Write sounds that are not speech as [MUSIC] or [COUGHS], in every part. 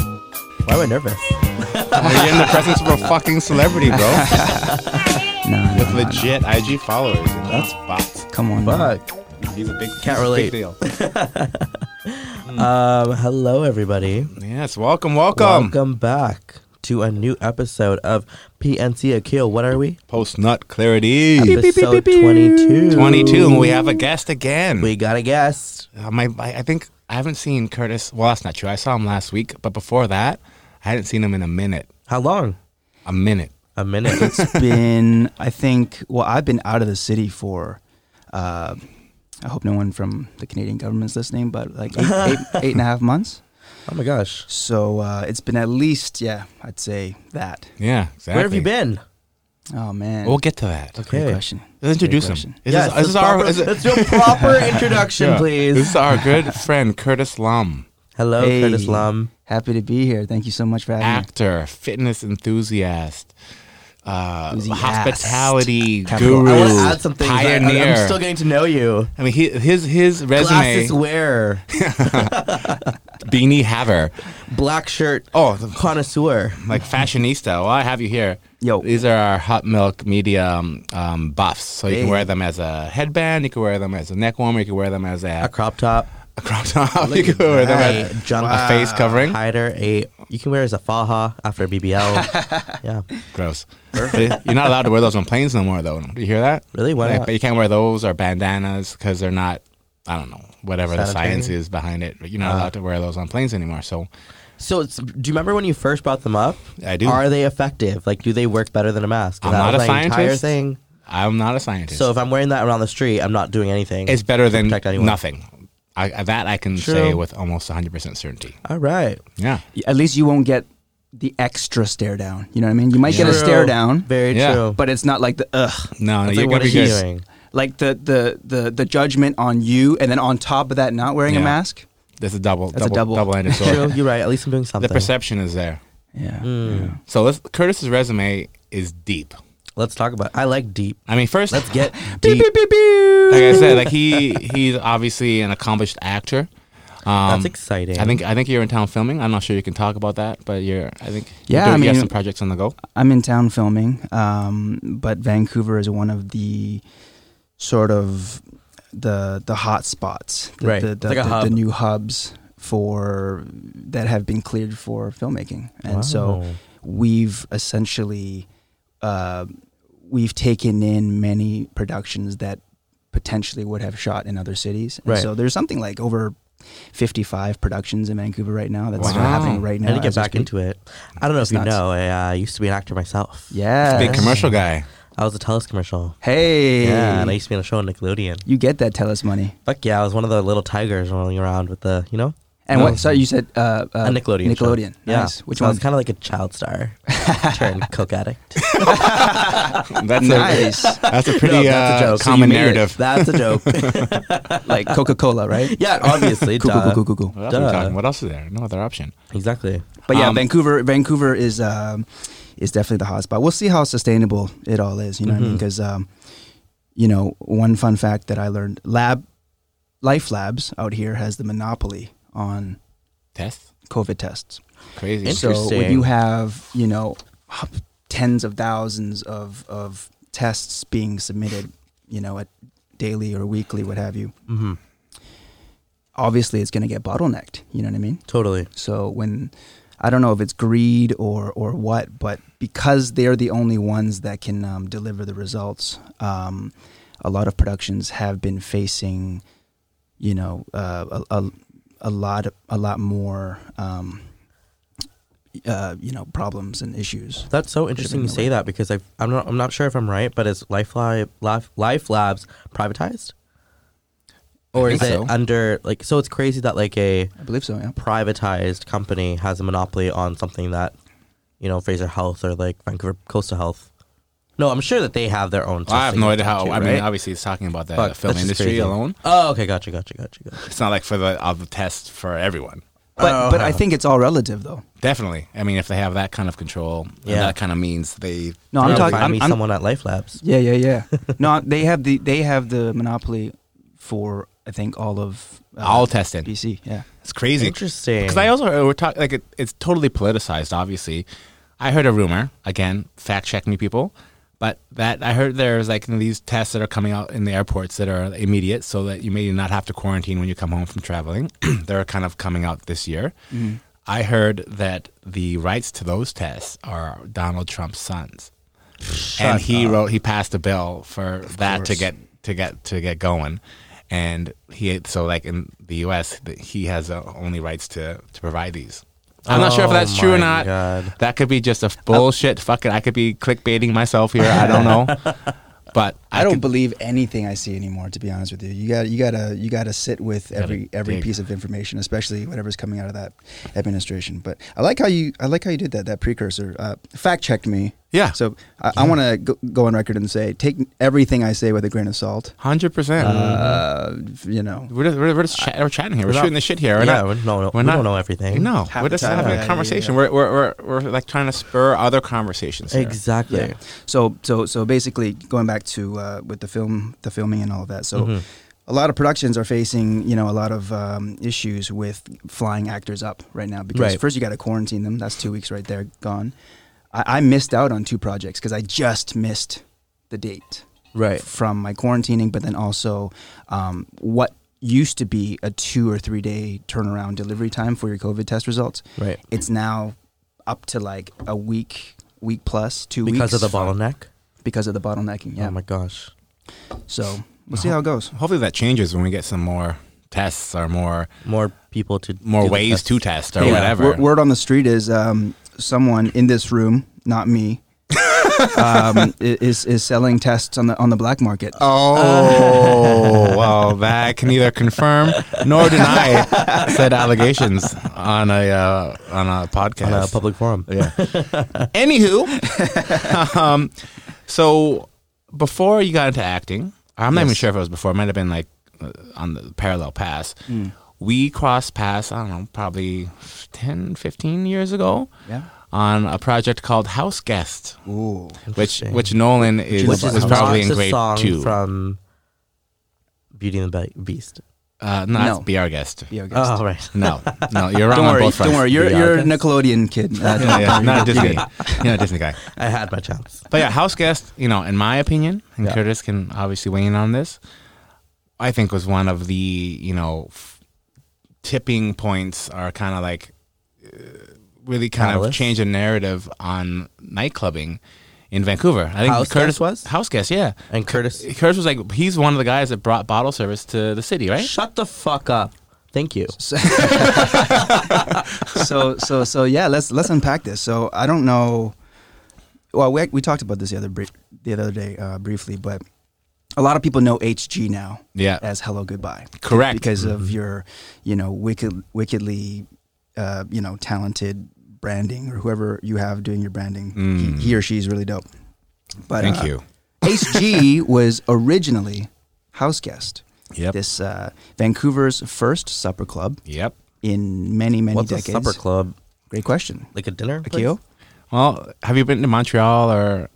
Why am I nervous? You're in the presence of a fucking [LAUGHS] celebrity, bro. No, no, With no, no. legit IG followers. You know? That's bots. Come on. man. Fuck. He's a big, he's Can't a relate. big deal. Um, hello, everybody. Yes, welcome, welcome. Welcome back to a new episode of PNC Akil. What are we? Post nut clarity. Episode 22. 22, and we have a guest again. We got a guest. Uh, my, I I think I haven't seen Curtis. Well, that's not true. I saw him last week, but before that, I hadn't seen him in a minute. How long? A minute. A minute. It's been, I think, well, I've been out of the city for, uh, I hope no one from the Canadian government's listening, but like [LAUGHS] eight, eight, eight and a half months. [LAUGHS] oh my gosh. So uh, it's been at least, yeah, I'd say that. Yeah, exactly. Where have you been? Oh, man. We'll get to that. Great Okay. question. Let's introduce him. question. This Yes, is, this let's is our proper- this is- let's do a [LAUGHS] proper introduction, yeah. This please. is our [LAUGHS] good friend Curtis Lum, Hello, Hey. Curtis Lum. Ah. Happy to be here. Thank you so much for having actor, fitness enthusiast, uh, Enthusiast. hospitality Capital- guru, I want to add some things. I, pioneer. I, am still getting to know you. I mean, he, his his resume, Glasses wearer, beanie haver, black shirt oh, the- connoisseur. like fashionista. Well, I have you here. Yo. these are our hot milk media um, um, buffs. So you can Hey. wear them as a headband. You can wear them as a neck warmer. You can wear them as A a, crop top. a crop top. You can wear them that. as Junk- a face covering. Hider, a you can wear it as a faja after [LAUGHS] BBL. yeah, Gross. You're not allowed to wear those on planes no more, though. Do you hear that? Really? Why Yeah, not? But you can't wear those or bandanas because they're not. I don't know whatever the Sanitary? Uh-huh. science is behind it. But you're not allowed to wear those on planes anymore. So So, it's, do you remember when you first brought them up? I do. Are they effective? Like, do they work better than a mask? 'Cause I'm that not was a my Entire scientist. thing. I'm not a scientist. So if I'm wearing that around the street, I'm not doing anything. it's better than protect anyone. nothing. I, I- that I can True. say with almost 100 percent certainty. all right. Yeah. me. At least you won't get the extra stare down. You know what I mean? You might get a True. stare down, Very Yeah. true. but it's not like the, ugh. No, no It's you're like, gonna what be is he good. doing? Like the, the, the, the judgment on you, and then on top of that, not wearing a Yeah. mask. That's a double. That's a double, double. [LAUGHS] double-ended True, sword. you're right. At least I'm doing the something. perception is there. Yeah. Mm. So let's, Curtis's resume is deep. Let's talk about. I like deep. I mean, first, Let's [LAUGHS] get Beep, deep. beep, beep, beep. like I [LAUGHS] said, like he he's obviously an accomplished actor. Um, That's exciting. I think I think you're in town filming. I'm not sure you can talk about that, but you're. I think Yeah, you I you have mean- some projects on the go. I'm in town filming, um, but Vancouver is one of the sort of the the hot spots, the, Right. the, It's the, like a the- hub. the new hubs for that have been cleared for filmmaking, and so Wow. we've essentially uh, we've taken in many productions that potentially would have shot in other cities. And Right. So there's something like over 55 productions in Vancouver right now. That's Wow. happening right I now. need to get as we back speak. into it. I don't know It's if you nuts. know. I uh, used to be an actor myself. Yeah. Big [LAUGHS] commercial guy. I was a Telus commercial. Hey. Yeah, and I used to be on a show on Nickelodeon. You get that tell us money. Fuck yeah, I was one of the little tigers rolling around with the, you know, And Oh. what? Sorry, you said uh, a uh, Nickelodeon. show. Nickelodeon. Yeah. Nice. Which So I one? was kind of like a child star [LAUGHS] turned coke [LAUGHS] addict. That's nice. a that's a [LAUGHS] pretty No, that's a uh, joke. So you common made it. narrative. That's a joke. [LAUGHS] like Coca Cola, right? yeah, obviously. Cool, duh. cool, cool, cool, cool. What else, are we Duh. talking? what else is there? No other option. Exactly. But yeah, Um, Vancouver, Vancouver is um, is definitely the hotspot. We'll see how sustainable it all is. You know what I mean? Mhm. Because um, you know, one fun fact that I learned: Lab Life Labs out here has the monopoly on Test. COVID tests. Crazy. Interesting. So when you have you know h- tens of thousands of of tests being submitted, you know, at daily or weekly, what have you, Mm-hmm. obviously it's going to get bottlenecked. You know what I mean? Totally. So when I don't know if it's greed or or what, but because they're the only ones that can um, deliver the results, um, a lot of productions have been facing, you know, uh, a, a a lot a lot more. Um, uh, you know problems and issues. That's so interesting you Isn't it say weird? that because I, I'm not I'm not sure if I'm right, but is Life Lab Life, Life Labs privatized, or I is think it so. under like? So it's crazy that like a I believe so. Yeah. privatized company has a monopoly on something that, you know, Fraser Health or like Vancouver Coastal Health. No, I'm sure that they have their own. Well, I have testing no idea and how. stuff I uh, too, mean, right? obviously, it's talking about the Fuck, film that's just industry crazy. alone. Oh, okay, gotcha, gotcha, gotcha, gotcha. It's not like for the of the test for everyone. But but I Uh-huh. think it's all relative though. Definitely. I mean, if they have that kind of control, yeah. Yeah. that kind of means they. No, I'm Now talking- Find I'm- me I'm- someone at Life Labs. Yeah, yeah, yeah. [LAUGHS] no, they have the they have the monopoly for I think all of uh, all testing. BC. Yeah. It's crazy. Interesting. Because I also heard, we're talking like it, it's totally politicized. Obviously, I heard a rumor again. Fact check me, people. But that I heard there's like these tests that are coming out in the airports that are immediate, so that you may not have to quarantine when you come home from traveling. [CLEARS THROAT] They're kind of coming out this year. I heard that the rights to those tests are Donald Trump's sons, and he wrote he passed a bill for that to course. get to get to get going. And he so like in the U.S. th- he has uh, only rights to to provide these. I'm not sure if Oh that's true or my not. God. That could be just a bullshit. Fucking, I could be clickbaiting myself here. I don't [LAUGHS] know, but I, I don't could- believe anything I see anymore. To be honest with you, you got you got to you got to sit with every every dig. piece of information, especially whatever's coming out of that administration. But I like how you I like how you did that. That precursor uh, fact checked me. Yeah. So I, I want to go, go on record and say take everything I say with a grain of salt. Hundred percent. Uh, you know, We're just, we're, we're just chat, we're chatting here. We're, We're not- shooting the shit here. We're Yeah, not, we're- no, no, we don't know everything. No, Half we're the just time. having Yeah, a yeah, conversation. yeah. We're, we're, we're, we're like trying to spur other conversations. Here. Exactly. Yeah. So so so basically, going back to uh, with the film, the filming and all of that. So. Mm-hmm. A lot of productions are facing, you know, a lot of um, issues with flying actors up right now because Right. first you got to quarantine them. That's two weeks right there gone. I, I missed out on two projects because I just missed the date Right. from my quarantining, but then also um, what used to be a two or three day turnaround delivery time for your COVID test results. Right. It's now up to like a week, week plus, two weeks Because of the bottleneck. because of the bottlenecking. Yeah. Oh my gosh. so we'll see how it goes. Hopefully that changes when we get some more tests or more More people to more do the ways test. to test or Yeah. whatever. Wor- word on the street is um, someone in this room, not [LAUGHS] me, um, i- is is selling tests on the on the black market. Oh [LAUGHS] well, that can neither confirm nor deny [LAUGHS] said allegations on a uh, on a podcast. on a public forum. Yeah. Anywho, [LAUGHS] um, so before you got into acting, I'm not even sure if it was before. It might have been like uh, on the parallel pass. Hmm. We crossed paths. I don't know, probably 10, 15 years ago. Yeah. On a project called House Guest, Ooh. which Interesting. which Nolan is, Which is was probably in not the grade song two. from Beauty and the Be- Beast. uh, no, that's No. be our guest. Be our guest. Oh right. No, no, [LAUGHS] you're wrong don't on worry. both fronts. Don't worry. You're Be our you're a guest. Nickelodeon [LAUGHS] kid. Uh, Yeah, yeah, not a Disney. You're not a Disney guy. I had my chance. But yeah, house guest, you know, in my opinion, and Yeah. Curtis can obviously weigh in on this. I think was one of the you know f- tipping points, are kind of like uh, really kind of Catalyst? change the narrative on nightclubbing in Vancouver. I think House Curtis Guest was? house guest, yeah. And Curtis, Curtis was like he's one of the guys that brought bottle service to the city, right? shut the fuck up. Thank you. so so so yeah let's let's unpack this so i don't know well we, we talked about this the other bri- the other day uh, briefly but a lot of people know hg now Yeah. as hello goodbye Correct. Mm-hmm. because of your you know wicked wickedly uh, you know talented branding or whoever you have doing your branding he, he or she is really dope but Mm. Thank uh, [LAUGHS] you. hg was originally house guest Yep. this uh, vancouver's first supper club Yep. in many many What's decades a supper club? Great question. Like a dinner? place? Akio? Well, have you been to Montreal or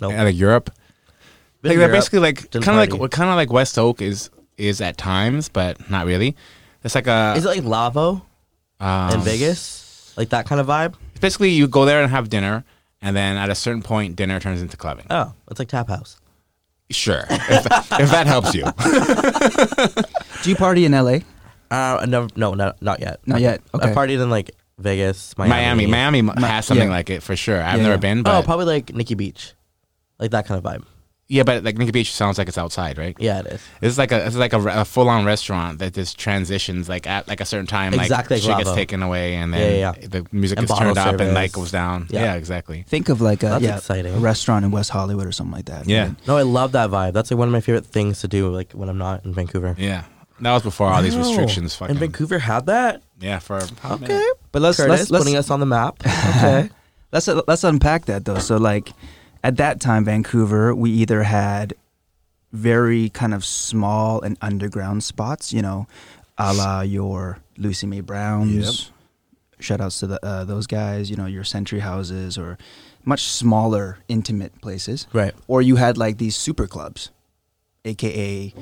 Nope. uh, like Europe? Been like to they're Europe, basically like dinner kind of party. like kind of like West Oak is is at times, but not really. It's like a Is it like Lavo um, in Vegas? Like that kind of vibe? basically you go there and have dinner, and then at a certain point, dinner turns into clubbing. Oh, it's like tap house. sure, if, if that [LAUGHS] helps you. Do you party in LA? Uh, I never, no, not not yet. Not yet, okay. I partied in like Vegas, Miami, Miami, Miami m Mi- has something yeah. like it for sure. I've Yeah, never yeah. been, but Oh, probably like Nikki Beach, like that kind of vibe. yeah, but like Nikki Beach sounds like it's outside, right? Yeah, it is. It's like a it's like a, re- a full on restaurant that just transitions like at like a certain time Exactly, like like shit gets Lavo. taken away and Yeah, then yeah, yeah. the music And gets turned bottle up and light service. goes down. Yeah, Yeah. exactly. Think of like a, That's yeah, exciting. a restaurant in West Hollywood or something like that. Yeah. right? No, I love that vibe. That's like one of my favorite things to do, like when I'm not in Vancouver. Yeah. That was before all these Wow. restrictions fucking And Vancouver had that. Yeah, for Okay, But let's Curtis let's putting let's, us on the map. [LAUGHS] Okay, let's uh, let's unpack that though. So like at that time Vancouver, we either had very kind of small and underground spots, you know, a la your Lucy May Browns. Shout outs to the, uh, those guys, you know, your Century Houses or much smaller, intimate places. right. or you had like these super clubs, aka,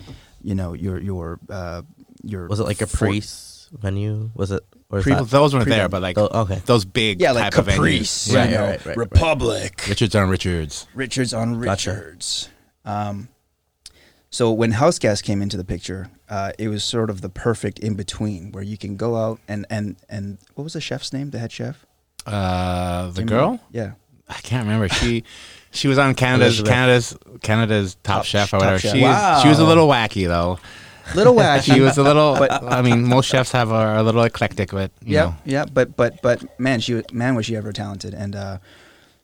you know, your your uh, your Was it like a fort- priest? venue was it? Or is Pre- that- those weren't there, but like Oh, okay. those big Yeah, like type of venues. Caprice, Yeah. you know, right, right, right. Republic, Richards on Richards. Richards on Gotcha. Richards. Um, so when house gas came into the picture, uh, it was sort of the perfect in between where you can go out and and and what was the chef's name? The head chef. Uh, the Do you girl? remember? Yeah. I can't remember. She she was on Canada's Elizabeth. Canada's Canada's Top, Top- Chef or Top whatever. Chef. She is, she was a Wow. little wacky though. Little [LAUGHS] wacky. She [LAUGHS] was a little. I mean, most chefs have are a little eclectic, but you Yeah, know. yeah, but but but man, she was- man was she ever talented, and uh,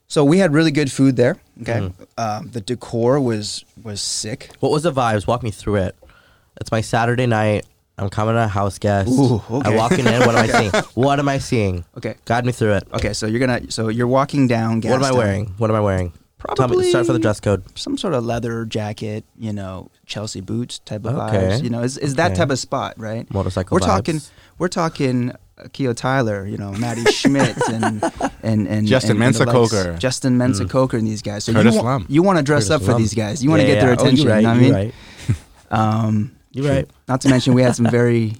so we had really good food there. Okay, um, the decor was was sick. What was the vibes? Walk me through it. It's my Saturday night. I'm coming to a house guest. Ooh, okay. I'm walking in. What am I [LAUGHS] seeing? What am I seeing? Okay, Guide me through it. okay, so you're gonna so you're walking down. what am I Gastown. wearing? What am I wearing? Tell me, Probably- start for the dress code. Some sort of leather jacket, you know, Chelsea boots type of Okay. vibes. You know, is is that Okay. type of spot right? Motorcycle We're vibes. talking, we're talking. uh, Keo Tyler, you know [LAUGHS] Maddie Schmidt and and and Justin and, and the likes. Mensa-Coker. Justin Mensa Coker, and these guys. So Curtis you want Lum. you want to dress Mm. Curtis up for Lum. these guys. You want to Yeah, get their yeah. Oh, attention. you're right. you know what I you're mean? right. Um, You're right. Not to mention, we had some very,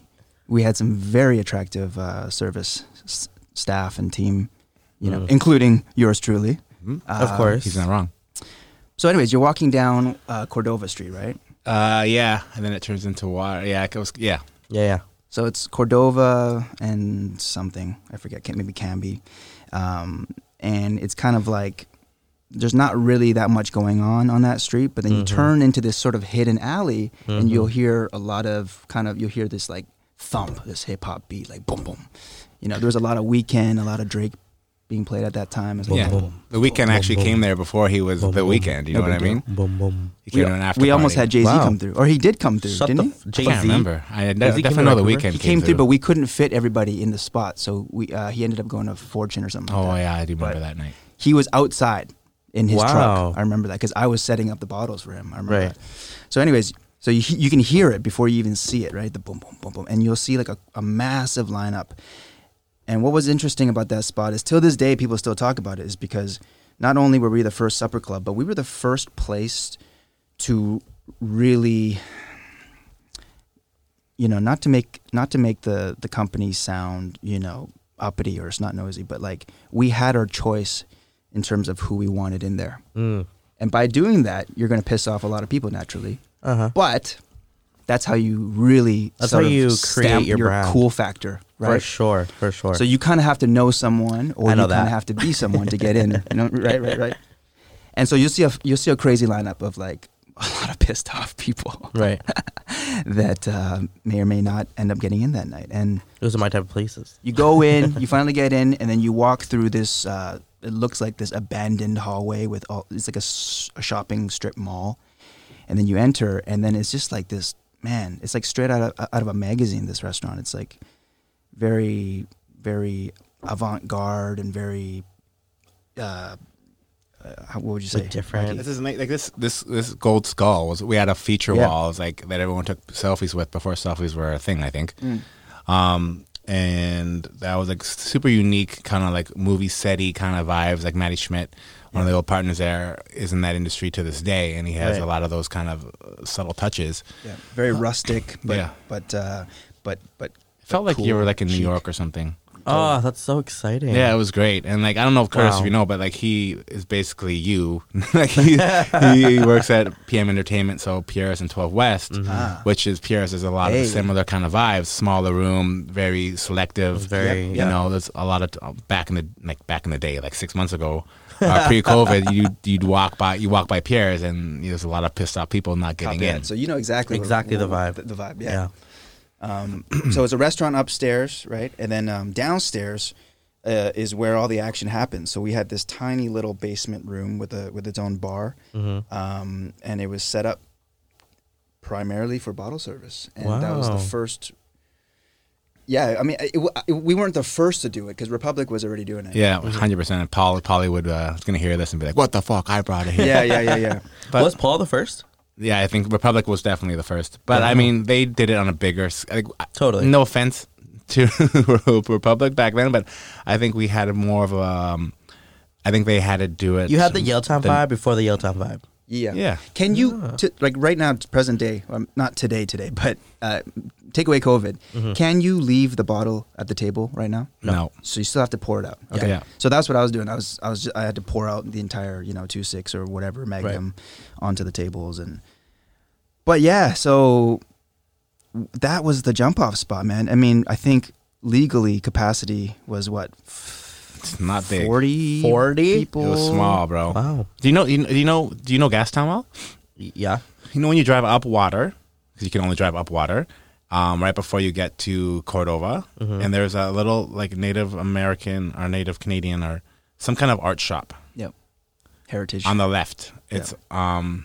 we had some very attractive uh, service s- staff and team, you know, Mm. including yours truly. Mhm. Of course. He's not wrong. So, anyways, you're walking down uh, Cordova Street, right? Uh, yeah, and then it turns into water. Yeah, it was. Yeah, Yeah, yeah. So it's Cordova and something I forget, can- maybe Canby, um, and it's kind of like there's not really that much going on on that street, but then you Mhm. turn into this sort of hidden alley, and Mhm. you'll hear a lot of kind of you'll hear this like thump, this hip hop beat, like boom boom. You know, there was a lot of Weekend, a lot of Drake being played at that time as well. yeah. boom. The weekend Boom, actually boom. came there before he was Boom, the boom. weekend. You No know what I big deal. mean? Boom, boom. He We, came to an after we almost party. had Jay Z Wow. come through, or he did come through, Shut didn't the he? f- Jay I can't Z. remember. I had- Jay-Z definitely came know to the Vancouver? weekend he came through, but we couldn't fit everybody in the spot, so we uh, he ended up going to Fortune or something. like oh that. yeah, I do remember But- that night. he was outside in his Wow. truck. I remember that because I was setting up the bottles for him. I remember Right. that. So, anyways, so you, you can hear it before you even see it, right? The boom, boom, boom, boom, and you'll see like a, a massive lineup. And what was interesting about that spot is till this day people still talk about it is because not only were we the first supper club, but we were the first place to really you know, not to make not to make the the company sound, you know, uppity or it's not nosy, but like we had our choice in terms of who we wanted in there. Mm. And by doing that, you're going to piss off a lot of people naturally. Uh huh. But that's how you really That's sort how of you stamp create your your brand. cool factor, For right? sure. For sure. So you kind of have to know someone, or I know you kind that. of have to be someone to get in. [LAUGHS] You know, right, right, right. And so you'll see a you'll see a crazy lineup of like a lot of pissed off people [COUGHS] [LAUGHS] right. that uh, may or may not end up getting in that night. And Those are my type of places. you go in, you finally get in, and then you walk through this. Uh, it looks like this abandoned hallway with all. It's like a, s- a shopping strip mall, and then you enter, and then it's just like this. Man, it's like straight out of out of a magazine. This restaurant. It's like very, very avant garde and very. Uh, uh, how- what would you say? Like different. Rocky? This is nice- like this this this gold skull was we had a feature Yeah. wall it was like that everyone took selfies with before selfies were a thing I think, Mm. um and that was like super unique kind of like movie setty kind of vibes like Matty Schmidt one of the old partners there is in that industry to this day and he has Right. a lot of those kind of uh, subtle touches. Yeah, very rustic, but Yeah. but uh, but but. It felt like you cool, were like in New chic. York or something. Oh, that's so exciting. Yeah, it was great. And like I don't know if Curtis, Wow. if you know, but like he is basically you. [LAUGHS] like he, he works at PM Entertainment, so Pierre's and Twelve West, Ah. which is Pierre's is a lot Hey. of similar kind of vibes, smaller room, very selective. very- you Yep, yep. know, there's a lot of uh, back in the like back in the day, like six months ago. Uh, pre-COVID, [LAUGHS] you you'd walk by you walk by Pierre's, and there's a lot of pissed off people not getting Copy in. that. So you know exactly what- Exactly the what- vibe. The, vibe, Yeah. Um, so it's a restaurant upstairs, right? And then um, downstairs uh, is where all the action happens. So we had this tiny little basement room with a with its own bar, Mm-hmm. um, and it was set up primarily for bottle service. And that was the Wow. first. Yeah, I mean, it, it, we weren't the first to do it because Republic was already doing it. Mm-hmm. yeah, hundred percent. And Paul Polly would uh, was gonna hear this and be like, "What the fuck? I brought it here." yeah, yeah, [LAUGHS] yeah, yeah. But- was Paul the first? Yeah, I think Republic was definitely the first, but I Oh. mean they did it on a bigger. s- Like, I- Totally. No offense to [LAUGHS] Republic back then, but I think we had more of a. Um, I think they had to do it. You had the Yale Town the- vibe before the Yale Town vibe. Yeah. Yeah. Can you t- like right now, t- present day? Um, not today, today, but uh, take away COVID. Mm-hmm. Can you leave the bottle at the table right now? No. No. So you still have to pour it out. Okay. Yeah. So that's what I was doing. I was I was ju- I had to pour out the entire you know two six or whatever Magnum onto the tables and. But yeah, so that was the jump off spot, man. I mean, I think legally capacity was what It's not big. 40 40? people. It was small, bro. Wow. Do you know? You, do you know? Do you know Gastown well? Y- Yeah. You know when you drive up water, because you can only drive up water, um, right before you get to Cordova, Mm-hmm. and there's a little like Native American or Native Canadian or some kind of art shop Yep. Heritage. on the left. It's um,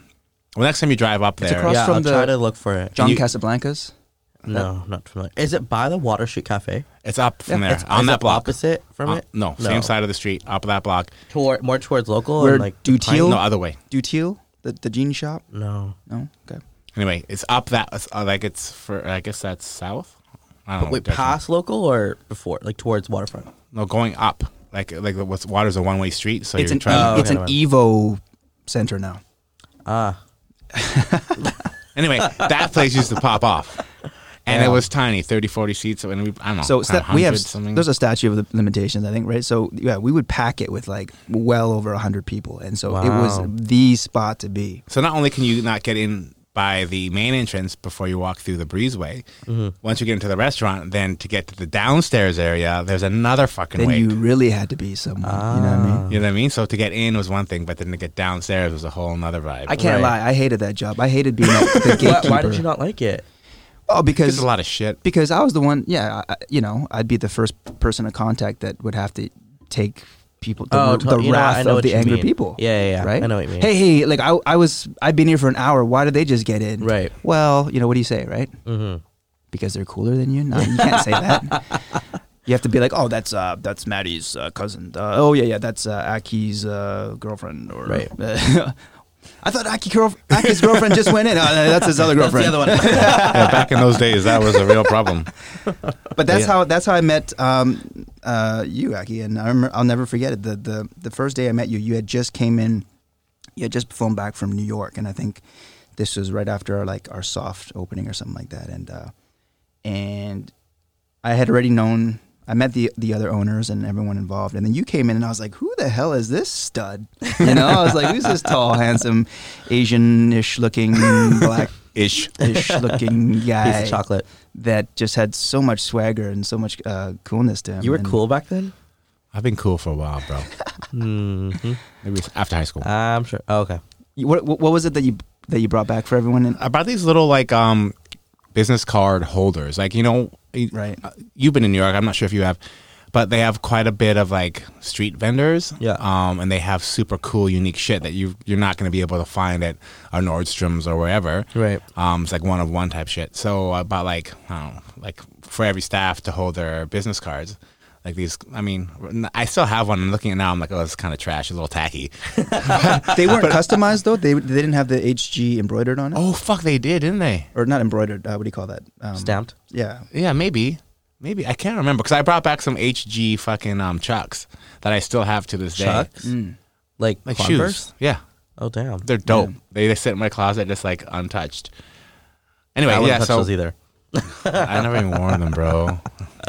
well, next time you drive up there, across yeah, from I'll the- try to look for it. John you- Casablancas. no, not familiar. Is it by the Water Street Cafe? it's up from It's- there on is that it block. Opposite from Uh, it? no, same side of the street, up that block. Toward, more towards local Oh, Where and like the Dutil- pine- No, other way. Dutil, the the jean shop. No. No, okay. Anyway, it's up that. It's, uh, like it's for. I guess that's south. I don't know. Wait, There's- past local or before? Like towards waterfront? No, going up. Like like what's water's a one way street, so It's you're an e, trying. Oh, it's an okay. Evo center now. Ah. [LAUGHS] Anyway, that place used to pop off. And Yeah. it was tiny, 30, 40 seats. And we, I don't know. So kinda sta- we have 100 something. there's a statute of the limitations, I think, right? So yeah, we would pack it with like well over hundred people, and so it Wow. was the spot to be. so not only can you not get in by the main entrance before you walk through the breezeway, Mm-hmm. once you get into the restaurant, then to get to the downstairs area, there's another fucking Then way. you really had to be someone. You know what I Ah, mean? You know what I mean? So to get in was one thing, but then to get downstairs was a whole nother vibe. I can't Right. lie, I hated that job. I hated being [LAUGHS] like, the Why, gatekeeper. why did you not like it? Oh, There's because a lot of shit. because I was the one. Yeah, I, I- you know, I'd be the first person of contact that would have to take people the, Oh, the totally. You know what? I wrath know of what the you angry mean. people. Yeah, yeah, yeah. Right. I know what you mean. Hey, hey, like I, I was, I've been here for an hour. Why did they just get in? Right. Well, you know what do you say, right? Mm-hmm. Because they're cooler than you. No, you can't say that. [LAUGHS] You have to be like, oh, that's uh, that's Maddie's uh, cousin. Uh, oh yeah, yeah, that's uh, Aki's uh, girlfriend. Or Right. [LAUGHS] I thought Aki girl- Aki's girlfriend just went in. Oh, no, that's his other girlfriend. Yeah, back in those days, that was a real [LAUGHS] problem. But that's Yeah. how that's how I met um, uh, you, Aki, and I remember, I'll never forget it. The, the the first day I met you, you had just came in, you had just flown back from New York, and I think this was right after our like our soft opening or something like that, and uh, and I had already known. I met the the other owners and everyone involved, and then you came in, and I was like, "Who the hell is this stud?" You know, I was like, "Who's this tall, handsome, Asian-ish looking, Ish. black-ish looking guy?" Piece of chocolate. that just had so much swagger and so much uh, coolness to him. You were And cool back then? I've been cool for a while, bro. Mm-hmm. Maybe it's after high school. I'm sure. Oh, okay. You- What, what what was it that you that you brought back for everyone? [LAUGHS] And I bought these little like um business card holders. Like you know, y- Right. uh, You've been in New York. I'm not sure if you have, but they have quite a bit of like street vendors. Yeah. Um, and they have super cool, unique shit that you you're not going to be able to find at a Nordstrom's or wherever. Right. Um, it's like one of one type shit. So I bought like I don't know, like for every staff to hold their business cards. Like these, I mean, n- I still have one. I'm looking at it now. I'm like, oh, it's kind of trash. It's a little [LAUGHS] tacky. they weren't customized though. They they didn't have the HG embroidered on it, oh fuck, they did, didn't they? or not embroidered. Uh, what do you call that? Um, Oh. Stamped. Yeah. Yeah, maybe. Maybe I can't remember because I brought back some HG fucking um chucks that I still have to this day. Chucks? Like, Mm. Like Converse? shoes. Yeah. Oh, damn. They're dope. They, they sit in my closet just like untouched. Anyway, I wouldn't yeah, touch so those either. [LAUGHS] I never even wore them, bro.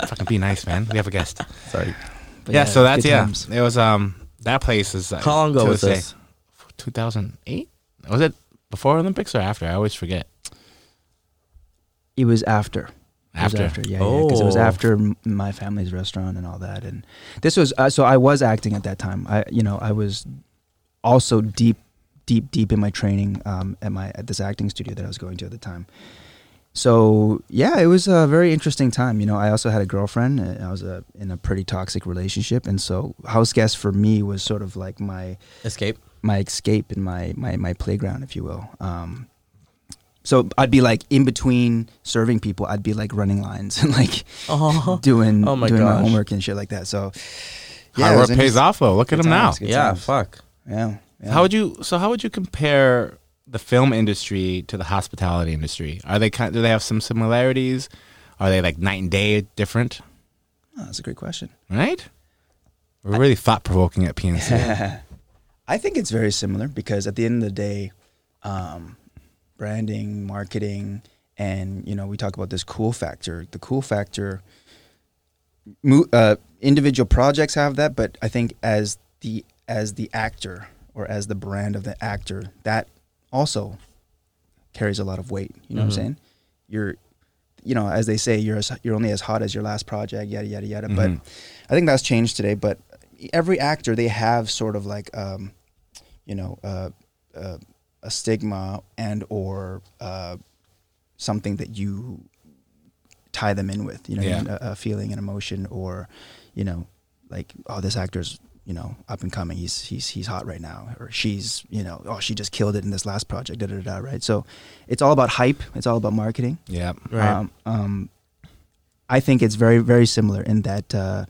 fucking be nice, man. We have a guest. Sorry. But yeah, so that's good yeah. times. It was um that place is like, How long ago to was this? day- 2008? Was it before Olympics or after? I always forget. It was after. It was After. after, yeah, because it was Oh. after m- my family's restaurant and all that, and this was uh, so I was acting at that time. I, you know, I was also deep, deep, deep in my training um, at my at this acting studio that I was going to at the time. So yeah, it was a very interesting time. You know, I also had a girlfriend. and I was uh in a pretty toxic relationship, and so house guest for me was sort of like my Escape. my escape and my my my playground, if you will. Um, so I'd be like in between serving people, I'd be like running lines and like [LAUGHS] [LAUGHS] Oh. doing Oh my doing my gosh. homework and shit like that. So yeah, it Hard was work pays interesting. off though. Look at Good them now. times, good yeah, times. fuck. Yeah, yeah. How would you? So how would you compare the film industry to the hospitality industry? Are they kind? Do they have some similarities? Are they like night and day different? Oh, that's a great question. Right? [LAUGHS] We're really thought provoking at PNC. I think it's very similar because at the end of the day, um, branding, marketing, and you know we talk about this cool factor. The cool factor. mo- Uh, individual projects have that, but I think as the as the actor or as the brand of the actor, that also carries a lot of weight. You know what I'm saying? You're, you know, as they say, you're as, you're only as hot as your last project. Yada yada yada. But I think that's changed today. But every actor they have sort of like, um, you know, uh, uh, a stigma and or uh, something that you tie them in with. You know, what I Yeah. mean? a, a feeling, an emotion, or you know, like oh, this actor's you know up and coming. He's he's he's hot right now, or she's you know oh she just killed it in this last project. Da da da. da, Right. So it's all about hype. It's all about marketing. Yeah. Right. Um, um, I think it's very very similar in that uh,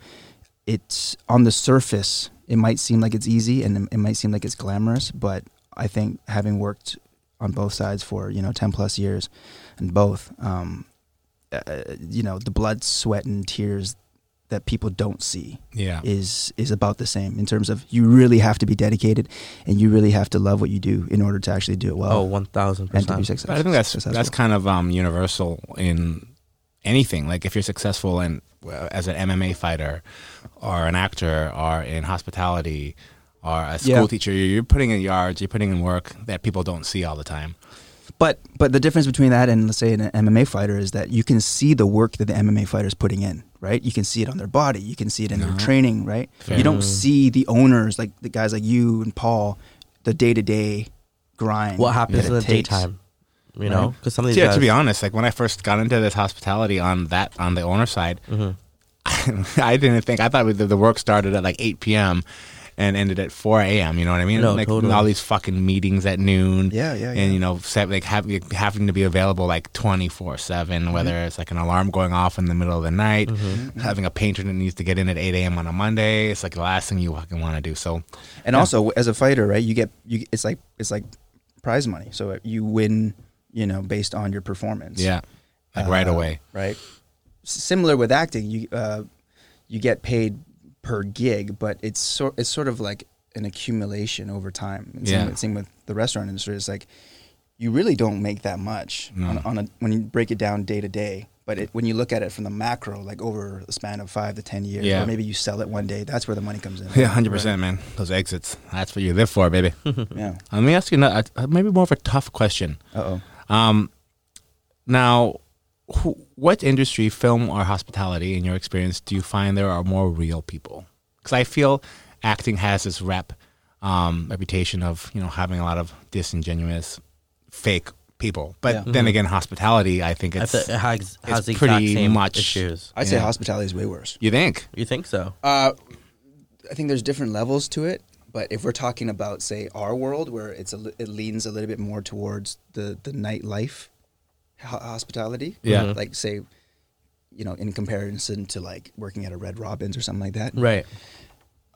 it's on the surface. It might seem like it's easy and it might seem like it's glamorous, but I think having worked on both sides for you know ten plus years, and both, um, uh, you know, the blood, sweat, and tears that people don't see Yeah. is is about the same in terms of you really have to be dedicated and you really have to love what you do in order to actually do it well oh, one thousand and to be percent. success- I think that's successful. that's kind of um, universal in anything. Like if you're successful in well, as an MMA fighter, or an actor, or in hospitality, or a school Yeah. teacher, you're you're putting in yards, you're putting in work that people don't see all the time. But but the difference between that and let's say an MMA fighter is that you can see the work that the MMA fighter is putting in, right? You can see it on their body, you can see it in Uh-huh. their No. training, right? Fair. You don't see the owners like the guys like you and Paul, the day to day grind. What happens that in it the takes. daytime? You know, because some of these yeah, guys. to be honest, like when I first got into this hospitality on that on the owner side, [LAUGHS] mm-hmm. I didn't think I thought the, the work started at like 8 p.m. and ended at 4 a.m. You know what I mean? No, like totally. all these fucking meetings at noon. Yeah, yeah, yeah. And you know, set, like have, like, having to be available like 24 Mm-hmm. seven, whether it's like an alarm going off in the middle of the night, Mm-hmm. having a painter that needs to get in at 8 a.m. on a Monday. It's like the last thing you fucking want to do. So And also as a fighter, right? You get you it's like it's like prize money. So you win, you know, based on your performance. yeah, like right Uh, away. right? S- Similar with acting, you uh, you get paid per gig, but it's sort it's sort of like an accumulation over time. And same, Yeah. with, same with the restaurant industry. It's like you really don't make that much on, on a, when you break it down day to day. But it, when you look at it from the macro, like over a span of five to ten years, Yeah. or maybe you sell it one day, that's where the money [LAUGHS] comes in. Yeah, 100%, man. Those exits. That's what you live for, baby. Yeah. Let me ask you another, uh, maybe more of a tough question. Uh oh. Um, now, who, what industry, film or hospitality, in your experience, do you find there are more real people? Because I feel acting has this rep um, reputation of you know having a lot of disingenuous, fake people. But Yeah. Mm-hmm. then again, hospitality, I think I it's thi- it has, has the exact pretty same much- issues. I'd say Yeah. hospitality is way worse. you think You think so? Uh, I think there's different levels to it, but if we're talking about, say, our world where it's a, li- it leans a little bit more towards the the nightlife, ho- hospitality, Yeah. Mm-hmm. Mhm. like say, you know, in comparison to like working at a Red Robins or something like that, Right.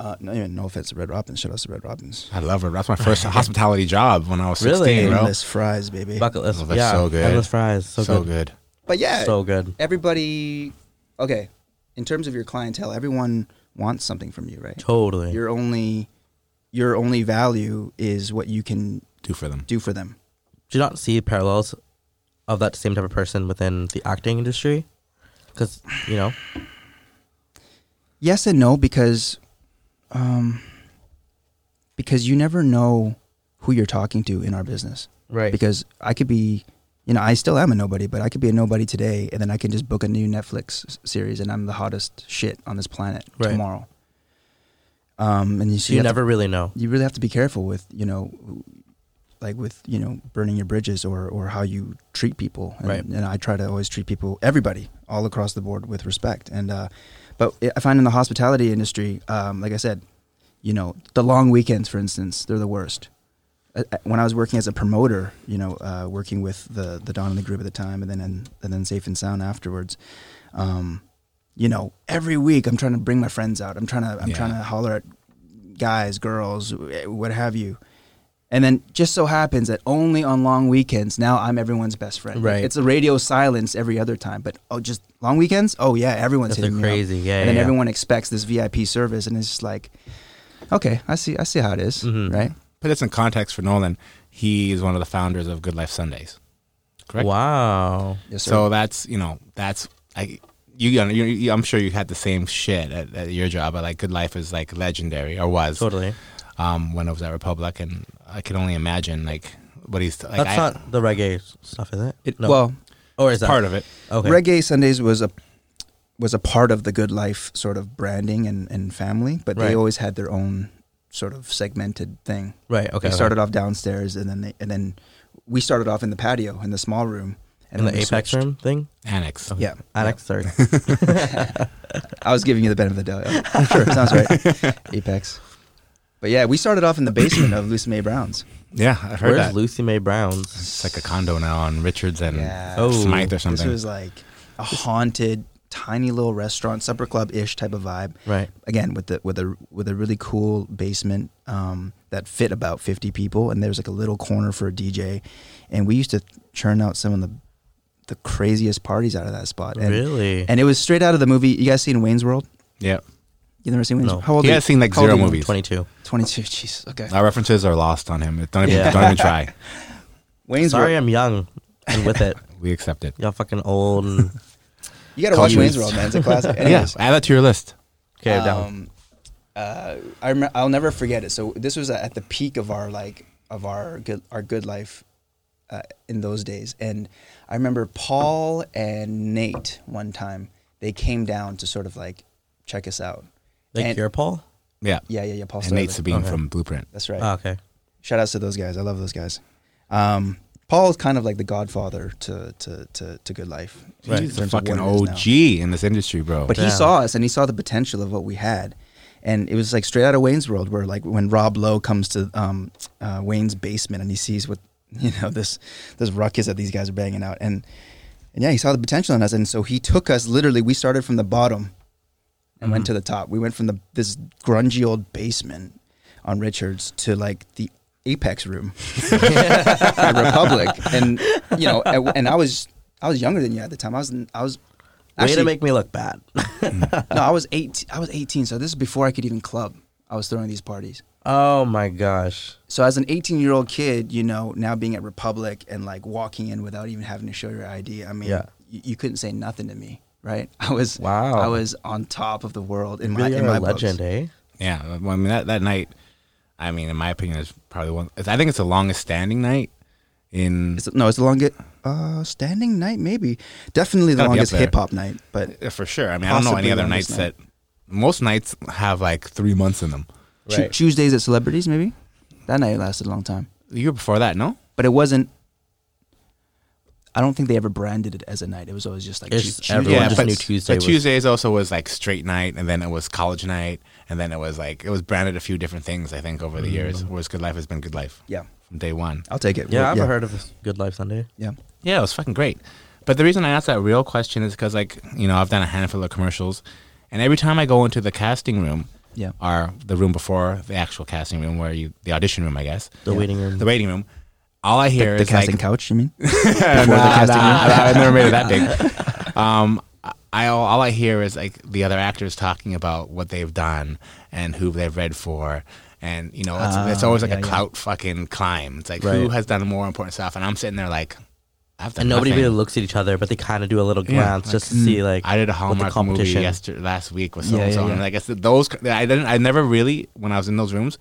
Uh, no, even no offense to Red Robins, shout out to Red Robins. I love it. That's my [LAUGHS] first hospitality job when I was Really? sixteen, bro. Endless fries, baby. Bucket list. Oh, that's yeah. so good. Endless fries. So, so good. good. But yeah, So good. everybody. Okay, in terms of your clientele, everyone wants something from you, right? Totally. Your only, your only value is what you can Do for them. do for them. do you not see parallels of that same type of person within the acting industry? Because you know, Yes and no because um because you never know who you're talking to in our business. right? Because I could be you know, I still am a nobody, but I could be a nobody today and then I can just book a new Netflix s- series and I'm the hottest shit on this planet Right. tomorrow. Um and you see you never really know. you really have to be careful with, you know, like with, you know, burning your bridges or or how you treat people. And, Right. and I try to always treat people everybody all across the board with respect. And uh but I find in the hospitality industry, um, like I said, you know, the long weekends, for instance, they're the worst. Uh, uh, When I was working as a promoter, you know, uh, working with the the Donnelly Group at the time, and then and then Safe and Sound afterwards, um, you know, every week I'm trying to bring my friends out. I'm trying to I'm Yeah. trying to holler at guys, girls, wh- what have you. And then just so happens that only on long weekends now I'm everyone's best friend. Right. It's a radio silence every other time, but oh, just long weekends. Oh yeah, everyone's That's hitting me up. crazy. Yeah. and yeah, then yeah. everyone expects this VIP service, and it's just like, okay, I see, I see how it is, Mhm. right? put this in context for Nolan, he is one of the founders of Good Life Sundays. Correct. Wow. Yes, sir. So that's you know that's I you, you, you I'm sure you had the same shit at, at your job, but like Good Life is like legendary or was Totally. um, when I was at Republic, and I can only imagine like what he's like. That's I, not the reggae s- stuff, is it? It- Well, or is that part of it. Okay. Reggae Sundays was a was a part of the Good Life sort of branding and, and family, but Right. they always had their own sort of segmented thing. right. Okay. They started off downstairs, and then they, and then we started off in the patio in the small room, and in then the we Apex switched- room thing. Annex. Oh, Yeah, Annex. [LAUGHS] Sorry. I was giving you the benefit [LAUGHS] of the doubt. Sure, sounds right. Apex. But yeah, we started off in the basement of Lucy May Brown's. Yeah, I've Where's heard that. Lucy May Brown's? It's like a condo now on Richards and Yeah. Oh. Smythe or This something. was like a haunted, tiny little restaurant, supper club ish type of vibe. Right. Again, with the with a with a really cool basement um, that fit about fifty people, and there was like a little corner for a DJ, and we used to churn out some of the the craziest parties out of that spot. And, really? And it was straight out of the movie. You guys seen Wayne's World? yeah, You never seen Wayne's No. World? How old? he are has seen like how old zero are you? movies. 22. Twenty two. Jesus. Okay. Our references are lost on him. Don't even, Yeah. don't even try. Wayne's Sorry, World. I'm young and with [LAUGHS] it. We accept it. Y'all fucking old. And, You got to watch Confused. Wayne's World, man. It's [LAUGHS] a classic. Yeah, Anyways, add that to your list. okay, I'm down. um, uh, I rem- I'll never forget it. So this was at the peak of our like of our good our good life uh, in those days, and I remember Paul and Nate one time they came down to sort of like check us out. Like and- your Paul? Yeah, Yeah, yeah, yeah. Paul and Nate Stoddard. Sabine from Blueprint. That's right. Oh, okay. Shout outs to those guys. I love those guys. Um, Paul is kind of like the godfather to to to, to good life. in He's terms a of fucking what it is now. OG in this industry, bro. But he Yeah. saw us and he saw the potential of what we had. And it was like straight out of Wayne's World, where like when Rob Lowe comes to um, uh, Wayne's basement and he sees what [LAUGHS] you know this this ruckus that these guys are banging out, and and yeah, he saw the potential in us, and so he took us literally. We started from the bottom and went Mm-hmm. to the top. We went from the this grungy old basement on Richards to like the apex [LAUGHS] room at Republic, and you know, and, and I was I was younger than you at the time. I was I was Way to actually- make me look bad. [LAUGHS] no, I was eight. I was eighteen. So this is before I could even club. I was throwing these parties. oh my gosh. So as an eighteen-year-old kid, you know, now being at Republic and like walking in without even having to show your ID. I mean, Yeah. you, you couldn't say nothing to me, right? [LAUGHS] I was Wow. I was on top of the world in my Really in are my a legend, eh? Yeah, well, I mean that that night. I mean, in my opinion, is probably one. I think it's the longest standing night in Books. It's, no, it's the longest uh, standing night, maybe. Definitely the Gotta be up longest there. hip hop night, but Yeah, for sure. I mean, I don't know Possibly any other nights longest that most nights have like three months in them. Tu- Right. Tuesdays at Celebrities, maybe. That night lasted a long time, The year before that, no, but it wasn't. I don't think they ever branded it as a night. It was always just like It's Tu- everyone Tuesdays. just but, knew Tuesday But was- Tuesdays also was like straight night, and then it was college night, and then it was like it was branded a few different things. I think over the years, whereas Good Life has been Good Life Mm. Yeah, from day one. I'll take it. Yeah, I've yeah. heard of this Good Life Sunday. Yeah. Yeah, it was fucking great. But the reason I asked that real question is because, like, you know, I've done a handful of commercials, and every time I go into the casting room, Yeah. or the room before the actual casting room, where you the audition room, I guess, The waiting room. the waiting room, all I hear The is like, casting couch, you [LAUGHS] mean? [LAUGHS] nah, the casting nah, nah, I never made it that [LAUGHS] big. Um, I- I all I hear is like the other actors talking about what they've done and who they've read for, and you know it's, it's always like Ah, a yeah, yeah. clout fucking climb. It's like who Right. has done more important stuff, and I'm sitting there like, I've done And nobody nothing. really looks at each other, but they kind of do a little Yeah, glance just to see, like, I did a what the Hallmark movie yesterday last week with so Yeah, and so, yeah, and yeah. like I said, those I didn't I never really when I was in those rooms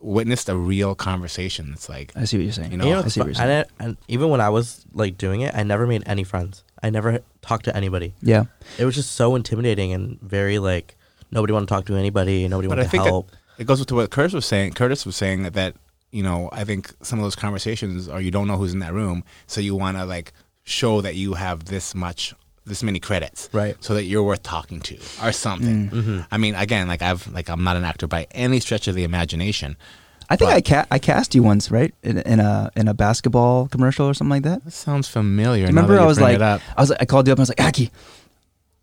witnessed a real conversation. It's like I see what you're saying. You And you Oh, know, I it's see what you're fu- I saying. didn't, and even when I was like doing it, I never made any friends. I never talked to anybody. Yeah. It was just so intimidating and very like nobody wanted to talk to anybody. Nobody but wanted I think to help. that it goes to what Curtis was saying. Curtis was saying that, that you know I think some of those conversations are you don't know who's in that room, so you want to like show that you have this much this many credits, Right. So that you're worth talking to or Mm. something. I mean, again, like I've like I'm not an actor by any stretch of the imagination. I think But- I ca- I cast you once, right? In, in a in a basketball commercial or something like that. That sounds familiar. now Remember, that I you was bring like, it up. I was like, I called you up and I was like, Aki,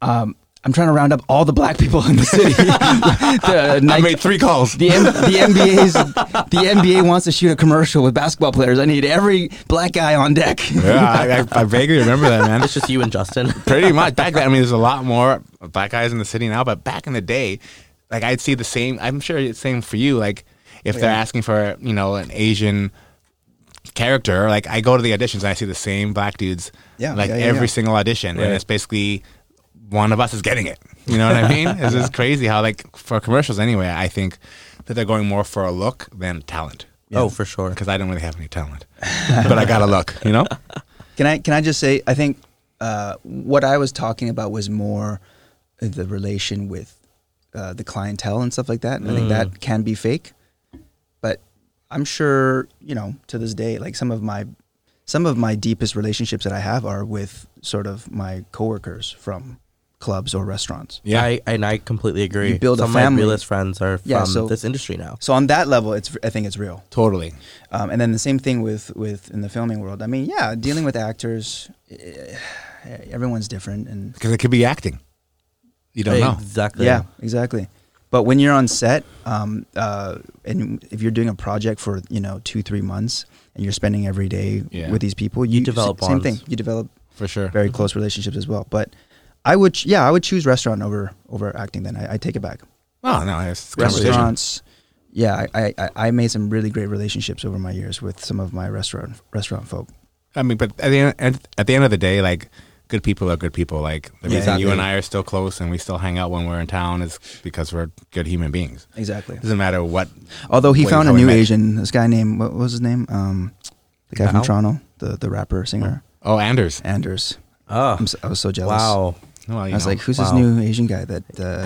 um, I'm trying to round up all the black people in the [LAUGHS] city. the, uh, I Nike- made three calls. the, M- the NBA's the NBA wants to shoot a commercial with basketball players. I need every black guy on deck. yeah, I, I, I vaguely remember that, man. It's just you and Justin. Pretty much back then. I mean, there's a lot more black guys in the city now, but back in the day, like I'd see the same. I'm sure it's same for you. Like if they're asking for you know an Asian character, like I go to the auditions and I see the same black dudes, Yeah, like yeah, yeah, every yeah. single audition, Right. and it's basically one of us is getting it. You know what I mean? It's just crazy how like for commercials anyway, I think that they're going more for a look than talent Oh, for sure. because I didn't really have any talent, but I got a look. You [LAUGHS] know? Can I can I just say I think uh, what I was talking about was more the relation with uh, the clientele and stuff like that, and I think that can be fake. But I'm sure you know to this day, like some of my some of my deepest relationships that I have are with sort of my coworkers from clubs or restaurants. Yeah, I, and I completely agree. You build a Some of my family. realest friends are from Yeah, so- this industry now. So on that level, it's I think it's real. totally. Um, and then the same thing with with in the filming world. I mean, yeah, dealing with actors, eh, everyone's different, and Because it could be acting. You don't know. Exactly. Yeah, exactly. But when you're on set, um, uh, and if you're doing a project for you know two three months, and you're spending every day Yeah. with these people, you, develop s- same bonds. thing. You develop For sure. very close relationships as well. But I would, ch- yeah, I would choose restaurant over over acting. Then I, I take it back. Oh, no, it's conversation. Restaurants. Yeah, I, I, I made some really great relationships over my years with some of my restaurant restaurant folk. I mean, but at the, end, at- at the end of the day, like, good people are good people. Like, the Yeah, reason you exactly. and I are still close and we still hang out when we're in town is because we're good human beings. Exactly. doesn't matter what. Although he Wait, found a how we new met. Asian, this guy named what was his name? Um, the guy Mao? from Toronto, the the rapper singer Oh, Anders. Anders. Oh, I'm so, I was so jealous. wow. Well, you I was know. like, who's this Wow. new Asian guy that? Uh,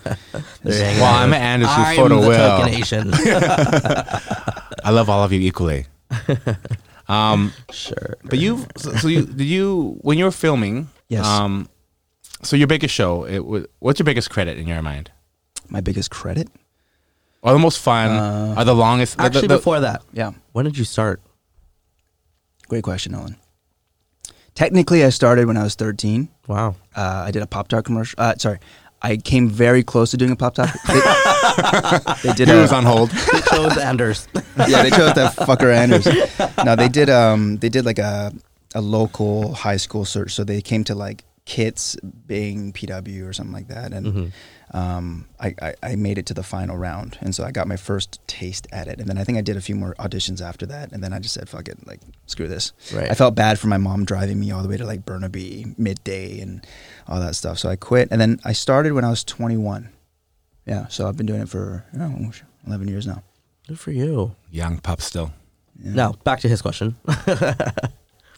[LAUGHS] They're hanging well, out I'm with- an Anders who I'm photo the will. token Asian. I love all of you [LAUGHS] equally. um, sure. but you, so, so you, did you, when you were filming, Yes. um, so your biggest show, it was, what's your biggest credit in your mind? my biggest credit. Or the most fun, Uh, or the longest? the- the- Actually, the- [LAUGHS] before that, Yeah, when did you start? great question, Nolan. Technically, I started when I was 13. Wow. Uh, I did a Pop Tart commercial. Uh, sorry, I came very close to doing a Pop Tart. [LAUGHS] They, they did. He a- was on hold. They chose Anders. [LAUGHS] yeah, they chose that fucker Anders. No, they did. Um, they did like a a local high school search. So they came to like Kits, Bing, PW, or something like that, Mm-hmm. and Mm-hmm. um, I, I I made it to the final round, and so I got my first taste at it. And then I think I did a few more auditions after that, and then I just said, "Fuck it, like screw this." Right. I felt bad for my mom driving me all the way to like Burnaby midday and all that stuff, so I quit. And then I started when I was 21. Yeah, so I've been doing it for you know, 11 years now. Good for you. Young pup still. Now back to his [LAUGHS] question.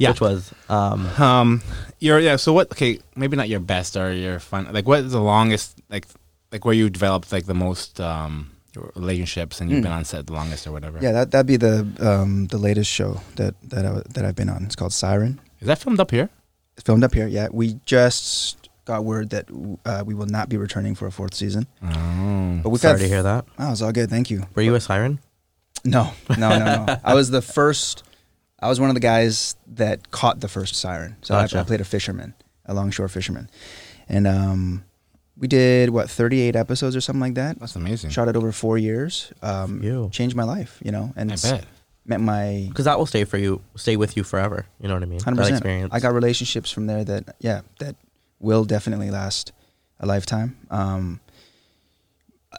Yeah. Which was um, Um, your yeah. So what? Okay, maybe not your best or your fun. Like, what is the longest? Like, like where you developed like the most um relationships and you've been on set the longest or whatever. Yeah, that that'd be the um, the latest show that that I, that I've been on. It's called Siren. Is that filmed up here? It's filmed up here. Yeah, we just got word that uh, we will not be returning for a fourth season. Oh. But we've sorry got to hear that. Oh, it's all good. Thank you. Were you a siren? No, no, no, no. I was the first. I was one of the guys that caught the first siren. So Gotcha. I, I played a fisherman, a longshore fisherman, and um, we did what thirty eight episodes or something like that. That's amazing. Shot it over four years. Um, You. changed my life, you know, and I it's bet. met my Because that will stay for you, stay with you forever. You know what I mean? hundred That percent. experience. I got relationships from there that yeah that will definitely last a lifetime. Um,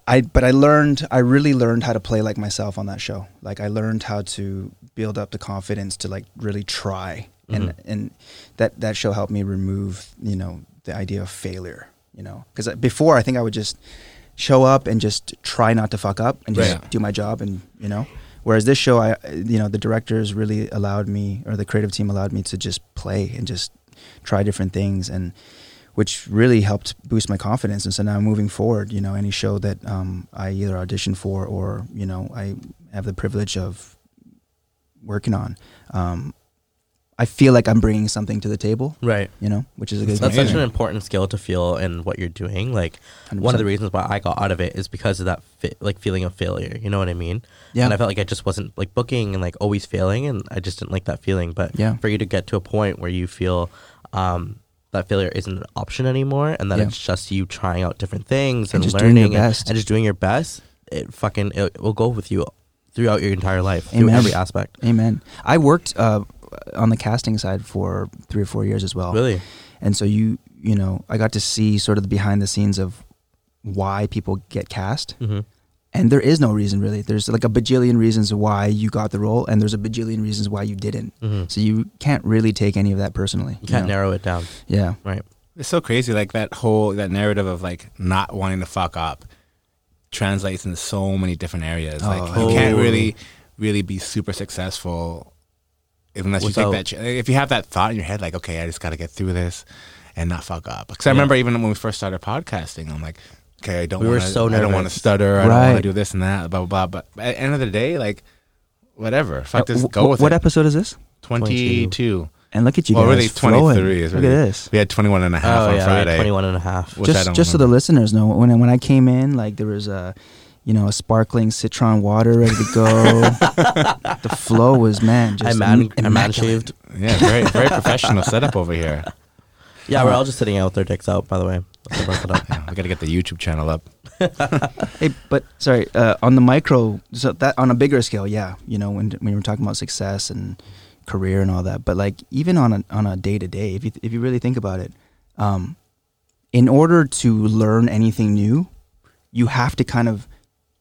I but I learned I really learned how to play like myself on that show. Like I learned how to build up the confidence to like really try and Mm-hmm. and that that show helped me remove you know the idea of failure. You know because before I think I would just show up and just try not to fuck up and just Right. do my job and you know whereas this show i you know the directors really allowed me or the creative team allowed me to just play and just try different things and which really helped boost my confidence and so now moving forward you know any show that um, i either audition for or you know i have the privilege of working on um, i feel like i'm bringing something to the table right. you know which is a good That's thing such amazing. an important skill to feel in what you're doing. Like one of the 100%. reasons why I got out of it is because of that fi- like feeling of failure. You know what I mean? Yeah. And I felt like I just wasn't like booking and like always failing, and I just didn't like that feeling. But Yeah. for you to get to a point where you feel um, that failure isn't an option anymore, and that Yeah. it's just you trying out different things and, And just doing learning your and- best. And, just doing your best, it fucking it will go with you throughout your entire life, through Amen. every aspect. Amen. I worked uh, on the casting side for three or four years as well. Really? And so you, you know, I got to see sort of the behind the scenes of why people get cast Mm-hmm. And there is no reason really. There's like a bajillion reasons why you got the role, and there's a bajillion reasons why you didn't. So you can't really take any of that personally. Mm-hmm. You can't know? narrow it down, Yeah. right? It's so crazy, like that whole that narrative of like not wanting to fuck up translates into so many different areas. like you can't Oh, absolutely. really, really be super successful unless Without- you take that. ch- If you have that thought in your head, like okay, I just got to get through this and not fuck up. Because I remember even when we first started podcasting, I'm like, okay, I don't. We were wanna, so I don't want to nervous. stutter. I don't want Right. to do this and that. Blah blah blah. But at the end of the day, like whatever, fuck, Uh, just wh- go with what it. episode is this? Twenty 22. two. And look at you Well, guys. really, flowing. 23 is Look really- at this. We had 21 and a half oh on yeah, We Friday. had 21 and a half. which I just don't just so the remember. listeners know, when I- when I came in, like there was a, you know, a sparkling citron water ready to [LAUGHS] go. the flow was man, I just man, I im- man immaculate. shaved. Yeah, very very professional setup over here. Yeah, Uh-huh. we're all just sitting out with their dicks out. By the way, That's what I brought [LAUGHS] it up. Yeah, we got to get the YouTube channel up. Hey, but sorry, uh, on the micro, so that on a bigger scale, yeah, you know, when when we're talking about success and career and all that, but like even on a on a day to day, if you if you really think about it, um, in order to learn anything new, you have to kind of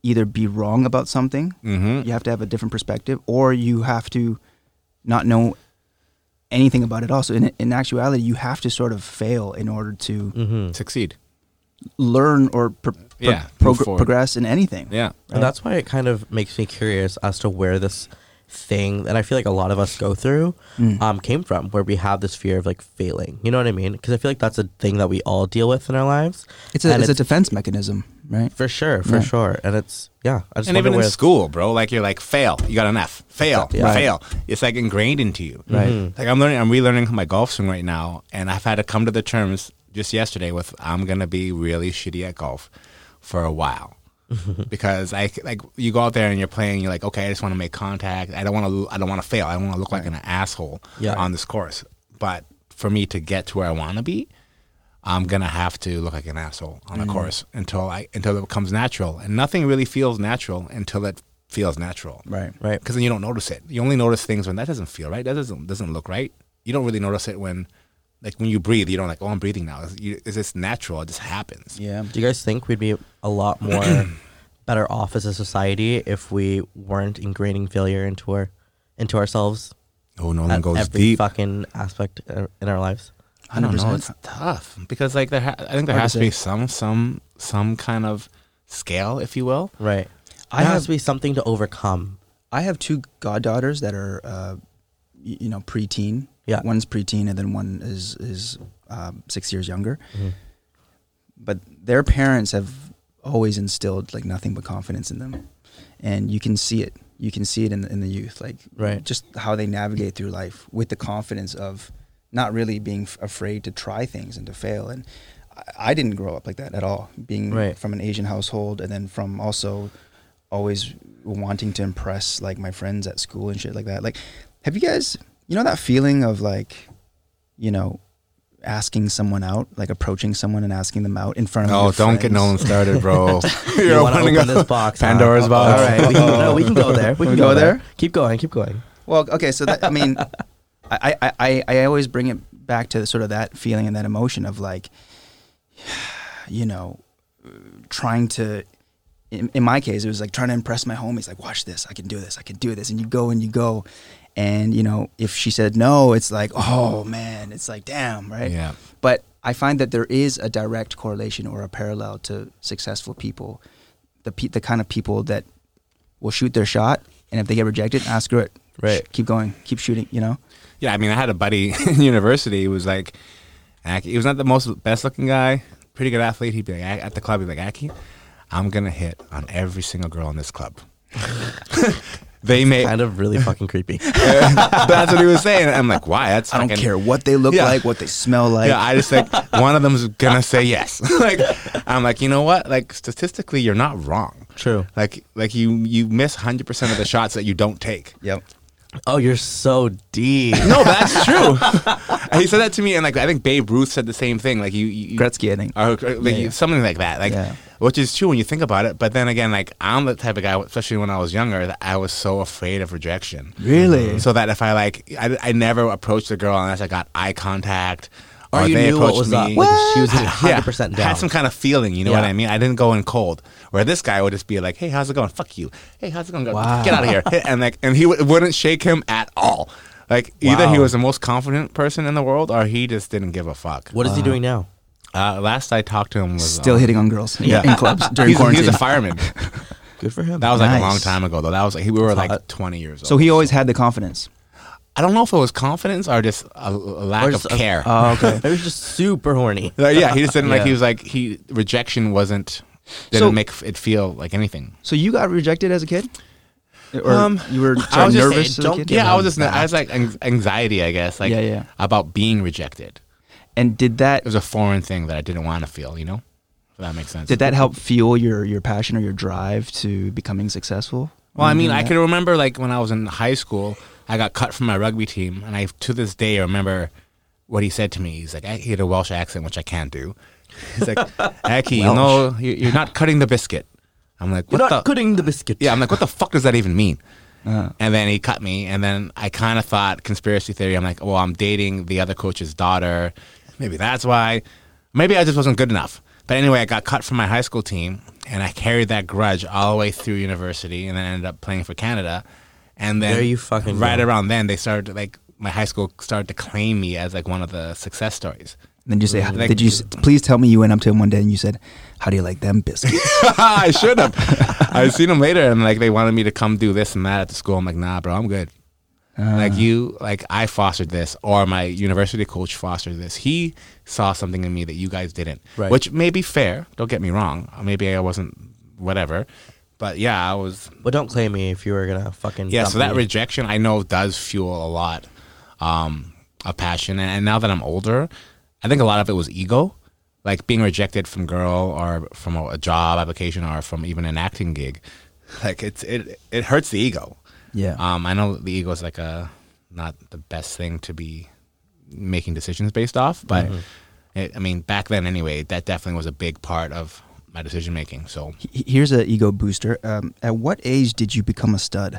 either be wrong about something Mm-hmm. you have to have a different perspective or you have to not know anything about it also in, in actuality you have to sort of fail in order to hmm Succeed. learn or pro- pro- Yeah, move progr- forward. progress in anything Yeah. And that's why it kind of makes me curious as to where this thing that I feel like a lot of us go through Mm. um, came from, where we have this fear of like failing. You know what I mean? Because I feel like that's a thing that we all deal with in our lives. it's, a, And it's, a defense mechanism right For sure, for Yeah. sure. And it's, yeah. I just And wonder even in where- school, bro, like you're like fail, you got an F, fail, Exactly, yeah. fail. It's like ingrained into you. Right. Like I'm learning, I'm relearning my golf swing right now, and I've had to come to the terms just yesterday with I'm gonna be really shitty at golf for a while. because I like you go out there and you're playing, you're like, okay, I just want to make contact. I don't want to. I don't want to fail. I don't want to look like an asshole Yeah. on this course. But for me to get to where I want to be, I'm gonna have to look like an asshole on a course until I until it becomes natural. And nothing really feels natural until it feels natural. right Right. Because then you don't notice it. You only notice things when that doesn't feel right. That doesn't doesn't look right. You don't really notice it when, like when you breathe, you don't like, oh, I'm breathing now. It's, you, it's just natural. It just happens. yeah Do you guys think we'd be a [CLEARS THROAT] lot more better off as a society if we weren't ingraining failure into our into ourselves Oh, no at one goes every deep. fucking aspect uh, in our lives? I don't know. 100%. It's tough because like there, ha- I think there Hard to has to be say. some some some kind of scale, if you will. Right. I there have- has to be something to overcome. I have two goddaughters that are, uh, y- you know, preteen. Yeah. One's preteen, and then one is is um, six years younger. Mm-hmm. But their parents have always instilled like nothing but confidence in them, and you can see it. You can see it in the, in the youth, like Right. just how they navigate through life with the confidence of not really being f- afraid to try things and to fail. And I, I didn't grow up like that at all, being Right. from an Asian household, and then from also always wanting to impress like my friends at school and shit like that. Like, have you guys, you know, that feeling of like, you know, asking someone out, like approaching someone and asking them out in front of No, your Oh, don't get friends? Nolan started, bro. [LAUGHS] You You're wanna opening open up this box, huh? Pandora's Uh-oh. box. All right, we can, no, we can go there. [LAUGHS] We Can can we go, go there. there? Keep going. Keep going. Well, okay, so that, I mean, I, I, I, I always bring it back to sort of that feeling and that emotion of like, [SIGHS] you know, trying to. In, in my case, it was like trying to impress my homies. Like, watch this, I can do this, I can do this, and you go and you go, and you know, if she said no, it's like, oh man, it's like damn, right? [LAUGHS] Yeah. But I find that there is a direct correlation or a parallel to successful people, the pe- the kind of people that will shoot their shot, and if they get rejected, ah, screw it, Right. keep going, keep shooting, you know. Yeah, I mean, I had a buddy [LAUGHS] in university who was like, Aki, he was not the most best looking guy, pretty good athlete. He'd be like, "Ak- at the club, he'd be like, Aki, I'm going to hit on every single girl in this [LAUGHS] club. they may. Kind of really fucking creepy. [LAUGHS] that's what he was saying. I'm like, why? That's I don't fucking- care what they look Yeah. like, what they smell like. yeah, I just think one of them's gonna say yes. [LAUGHS] like, I'm like, you know what? Like, statistically, you're not wrong. True. Like, like you you miss 100 percent of the shots that you don't take. yep. Oh, you're so deep. No, that's true. [LAUGHS] And he said that to me, and like I think Babe Ruth said the same thing. Like you, you you- Gretzky, I think. or, or, Oh, like, Yeah, you- yeah. something like that. Like, Yeah. which is true when you think about it. But then again, like I'm the type of guy, especially when I was younger, that I was so afraid of rejection. Mm-hmm. Really? So that if I like, I, I never approached a girl unless I got eye contact. Or Or you they knew what approached was me. up. Like, she was [LAUGHS] Yeah, 100% down. Had some kind of feeling, you know what Yeah. I mean? I didn't go in cold. Where this guy would just be like, "Hey, how's it going? Fuck you. Hey, how's it going? Go- Wow. Get out of here!" [LAUGHS] And like, and he w- wouldn't shake him at all. Like either he Wow. was the most confident person in the world, or he just didn't give a fuck. What is he doing now? Uh, last I talked to him was Still um, hitting on girls in- Yeah. in clubs during he's, quarantine. He's a fireman. Good for him. That was like Nice. uh, a long time ago though. That was like he- we were like hot. twenty years old. so he always had the confidence. I don't know if it was confidence or just a, a lack Or of just a- care. Oh, [LAUGHS] okay. Maybe he's just super horny. Like, yeah, he just didn't like. [LAUGHS] Yeah. He was like he rejection wasn't didn't So- make f- it feel like anything. so you got rejected as a kid, or Um, you were I sort was of just nervous? as a don't kid? Um, Yeah, I was just I was like anx- anxiety, I guess, like Yeah, yeah. about being rejected. And did It that was a foreign thing that I didn't want to feel. You know, if that makes sense. did that help fuel your your passion or your drive to becoming successful? Well, I mean, Doing I Mm-hmm. that? can remember like when I was in high school, I got cut from my rugby team, and I to this day remember what he said to me. He's like, I, he had a Welsh accent, which I can't do. He's [LAUGHS] like, Aki, you know, you- you're not cutting the biscuit. I'm like, what You're the? not cutting the biscuit. yeah, I'm like, what the fuck does that even mean? Uh. And then he cut me, and then I kind of thought conspiracy theory. I'm like, well, I'm dating the other coach's daughter. Maybe that's why. Maybe I just wasn't good enough. But anyway, I got cut from my high school team, and I carried that grudge all the way through university, and then ended up playing for Canada. And then There you fucking right go. around then, they started to, like my high school started to claim me as like one of the success stories. Then you say, Like- did you s- please tell me you went up to him one day and you said, "How do you like [LAUGHS] them biscuits?" I should have. I seen them later, and like they wanted me to come do this and that at the school. I'm like, nah, bro, I'm good. Like you, like I fostered this, or my university coach fostered this. He saw something in me that you guys didn't, Right. which may be fair. Don't get me wrong. Maybe I wasn't, whatever. But yeah, I was. But don't claim me if you were gonna fucking. Yeah, dump so that me. rejection I know does fuel a lot um, of passion, and, and now that I'm older, I think a lot of it was ego, like being rejected from girl or from a, a job application or from even an acting gig. [LAUGHS] Like it's it it hurts the ego. yeah. Um, I know the ego is like a not the best thing to be making decisions based off, but it, I mean back then anyway, that definitely was a big part of my decision making. So H- Here's an ego booster. Um, at what age did you become a stud?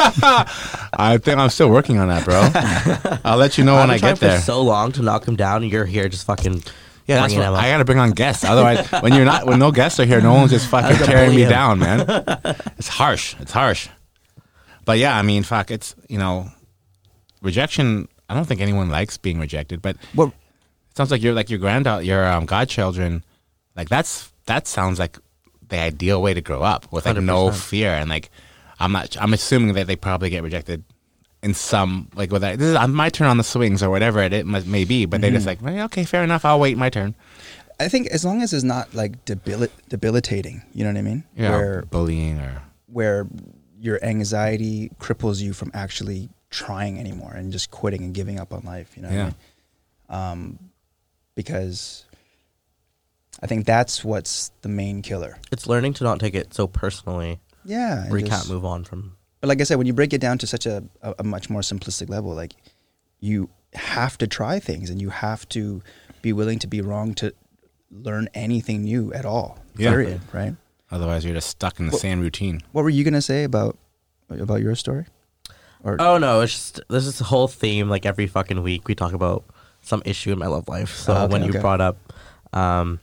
I think I'm still working on that, bro. I'll let you know I've when been I trying get there. for so long to knock him down, and you're here just fucking. Yeah, that's bringing what, him up. I gotta bring on guests. Otherwise, when you're not, when no guests are here, no one's just fucking tearing me him. down, man. It's harsh. It's harsh. But yeah, I mean, fuck. It's you know, rejection. I don't think anyone likes being rejected, but What? it sounds like you're like your granddaughter, your um, godchildren. Like that's that sounds like the ideal way to grow up with like no 100%. fear and like I'm not. I'm assuming that they probably get rejected in some like with that. This is on my turn on the swings or whatever it, it must- may be, but they're just like, "Well, okay, fair enough. I'll wait my turn. I think as long as it's not like debili- debilitating, you know what I mean? Yeah, Where bullying or where your anxiety cripples you from actually trying anymore and just quitting and giving up on life. You know. what I Yeah. mean? Um, Because I think that's what's the main killer. It's learning to not take it so personally. Yeah. and Where you just- can't move on from. But like I said, when you break it down to such a, a, a much more simplistic level, like you have to try things and you have to be willing to be wrong to learn anything new at all. Yeah. Period. Right. Otherwise, you're just stuck in the Well- same routine. What were you gonna say about about your story? Or Oh no, it's just there's this whole theme. Like every fucking week, we talk about some issue in my love life. So Oh, okay, when okay. you brought up um,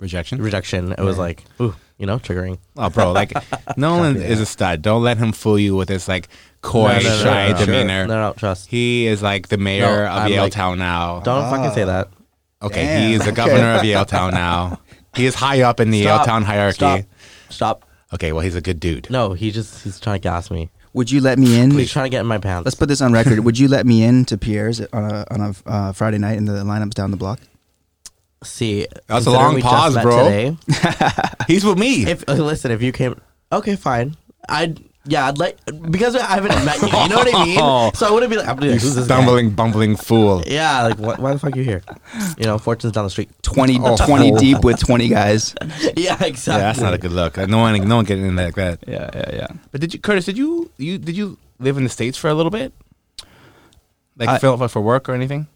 Rejection. rejection, it was like, ooh, you know, triggering. oh, bro, [LAUGHS] like Nolan is a stud. Don't let him fool you with his like coy, No, no, no, shy no, no. demeanor. uh, No, no, trust. He is like the mayor No, of I'm Yale like- Town now. Don't fucking Ah. say that. okay, Damn. he is the governor of Yale Town [LAUGHS] now. He is high up in the Yale Stop. Town hierarchy. Stop. Stop. Okay, well, he's a good dude. No, he just he's trying to gas me. would you let me in? He's trying to get in my pants. Let's put this on record. would you let me in to Pierre's on a on a uh, Friday night in the lineups down the block? See, That's a considering long we just pause, met bro. Today, He's with me. if uh, listen, if you came, okay, fine. I'd yeah, I'd like because I haven't met you. You know what I [LAUGHS] mean? So I wouldn't be like, I'm you like who's this guy? stumbling, bumbling fool. Yeah, like wh- why the fuck are you here? You know, fortune's down the street. 20, Oh. [LAUGHS] [LAUGHS] 20 deep with 20 guys. yeah, exactly. Yeah, that's not a good look. No one, no one getting in like that. Yeah, yeah, yeah. But did you, Curtis? Did you you did you live in the states for a little bit? Like I- fill for work or anything?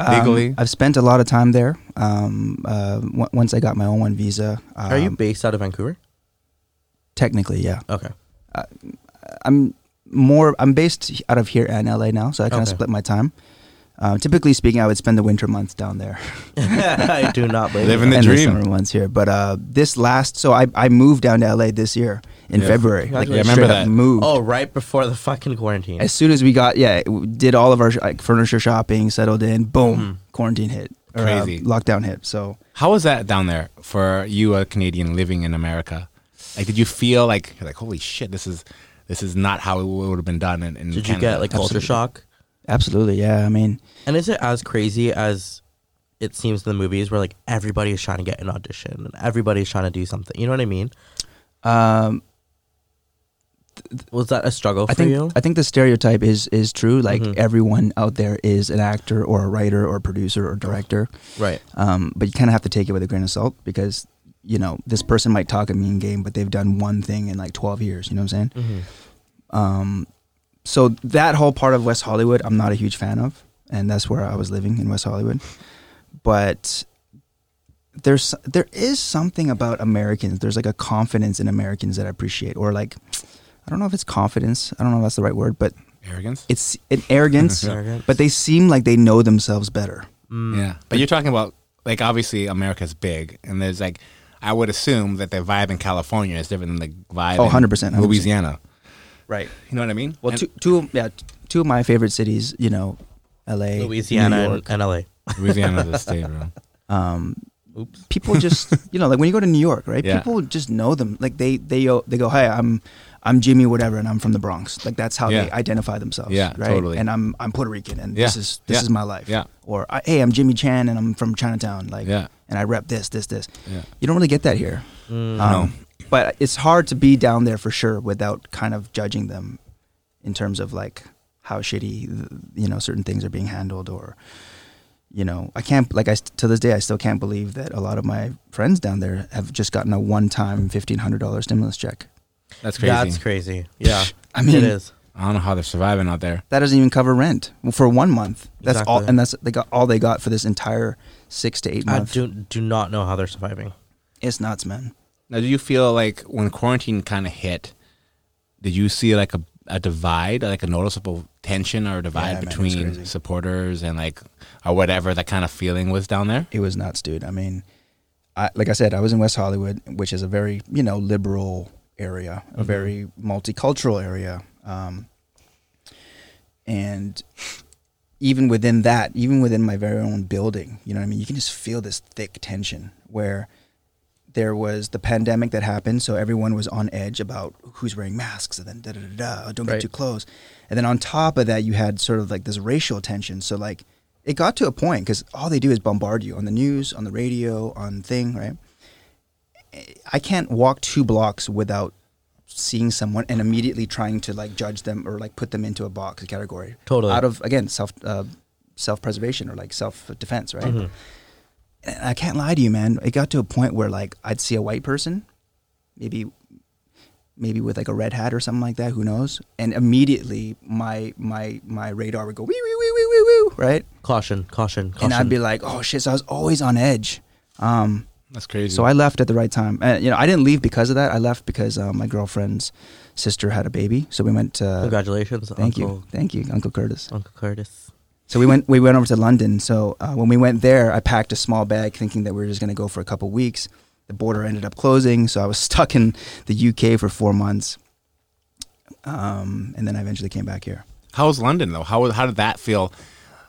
Legally, Um, I've spent a lot of time there. Um, uh, w- once I got my own one visa, um, Are you based out of Vancouver? technically? Yeah, Okay. [LAUGHS] I'm more. I'm based out of here and LA now, so I kind of Okay. split my time. Um, typically speaking, I would spend the winter months down there I do not believe Living it. the and dream. the summer months here. But uh, this last, so I, I moved down to LA this year in Yeah. February. Like, Yeah, I remember straight up that. Moved. Oh, right before the fucking quarantine. As soon as we got, yeah, w- did all of our sh- like, furniture shopping, settled in, boom, quarantine hit. Or, uh, Hmm. Crazy. lockdown hit. So How was that down there for you, a Canadian living in America? Like, did you feel like you're like holy shit, this is this is not how it would have been done? In, in Did you Canada. get like culture Absolutely. shock? absolutely, yeah. I mean, And is it as crazy as it seems in the movies where like everybody is trying to get an audition and everybody is trying to do something? You know what I mean? um, Was that a struggle for I think you? I think the stereotype is is true. Like Mm-hmm. Mhm. everyone out there is an actor or a writer or a producer or director. right. Um, but you kind of have to take it with a grain of salt because you know this person might talk a mean game, but they've done one thing in like twelve years. You know what I'm saying? hmm Um, so that whole part of West Hollywood, I'm not a huge fan of, and that's where I was living in West Hollywood. But there's there is something about Americans. There's like a confidence in Americans that I appreciate, or like I don't know if it's confidence. I don't know if that's the right word, but arrogance? it's an arrogance. Arrogance. but they seem like they know themselves better. Mm. yeah, but you're talking about like obviously America's big, and there's like I would assume that the vibe in California is different than the vibe Oh, in 100%, 100%. Louisiana. Right. You know what I mean? Well, And- two two yeah t- two of my favorite cities. You know, L.A., New Louisiana York. and, and LA. Louisiana's a state, bro. Um, Oops. people [LAUGHS] just you know like when you go to New York, right? Yeah. People just know them. Like they they go- they go, "Hey, I'm I'm Jimmy whatever and I'm from the Bronx." Like that's how they Yeah. identify themselves, Yeah, right? totally. And I'm I'm Puerto Rican and this Yeah, is this yeah, is my life. yeah. Or I- "Hey, I'm Jimmy Chan and I'm from Chinatown." Like Yeah. and I rep this this this. Yeah. You don't really get that here. Um, Mm. but it's hard to be down there for sure without kind of judging them in terms of like how shitty th- you know certain things are being handled or you know i can't like i st- to this day i still can't believe that a lot of my friends down there have just gotten a one-time $1500 stimulus check That's [LAUGHS] crazy. That's crazy. Yeah. I mean- it is. I don't know how they're surviving out there. that doesn't even cover rent for one month that's all Exactly. and that's they got all they got for this entire six to eight I months do do not know how they're surviving. it's nuts man Now, do you feel like when quarantine kind of hit, did you see like a, a divide, like a noticeable tension or a divide man, it's between crazy. supporters and like, or whatever that kind of feeling was down there? it was nuts, dude. I mean, I, like I said, I was in West Hollywood, which is a very you know liberal area, a very multicultural area, um, and even within that, even within my very own building, you know what I mean. You can just feel this thick tension where there was the pandemic that happened, so everyone was on edge about who's wearing masks, and then da da da da, don't get Right. too close. And then on top of that, you had sort of like this racial tension. So like, it got to a point because all they do is bombard you on the news, on the radio, on thing, right? I can't walk two blocks without seeing someone and immediately trying to like judge them or like put them into a box a category. Totally. Out of again self uh, self preservation or like self defense, right? Mm-hmm. And I can't lie to you, man. It got to a point where like I'd see a white person, maybe maybe with like a red hat or something like that, who knows? And immediately my my my radar would go wee wee wee wee wee wee, right? Caution, caution, caution. And I'd be like, "Oh shit, so I was always on edge." Um That's crazy. so I left at the right time. Uh, you know, I didn't leave because of that. I left because uh, my girlfriend's sister had a baby, so we went to Congratulations, Thank Uncle you, thank you, Uncle Curtis. Uncle Curtis. So we went we went over to London. So uh, when we went there, I packed a small bag, thinking that we were just going to go for a couple weeks. The border ended up closing, so I was [LAUGHS] stuck in the UK for four months, um, and then I eventually came back here. how was London though? How, how did that feel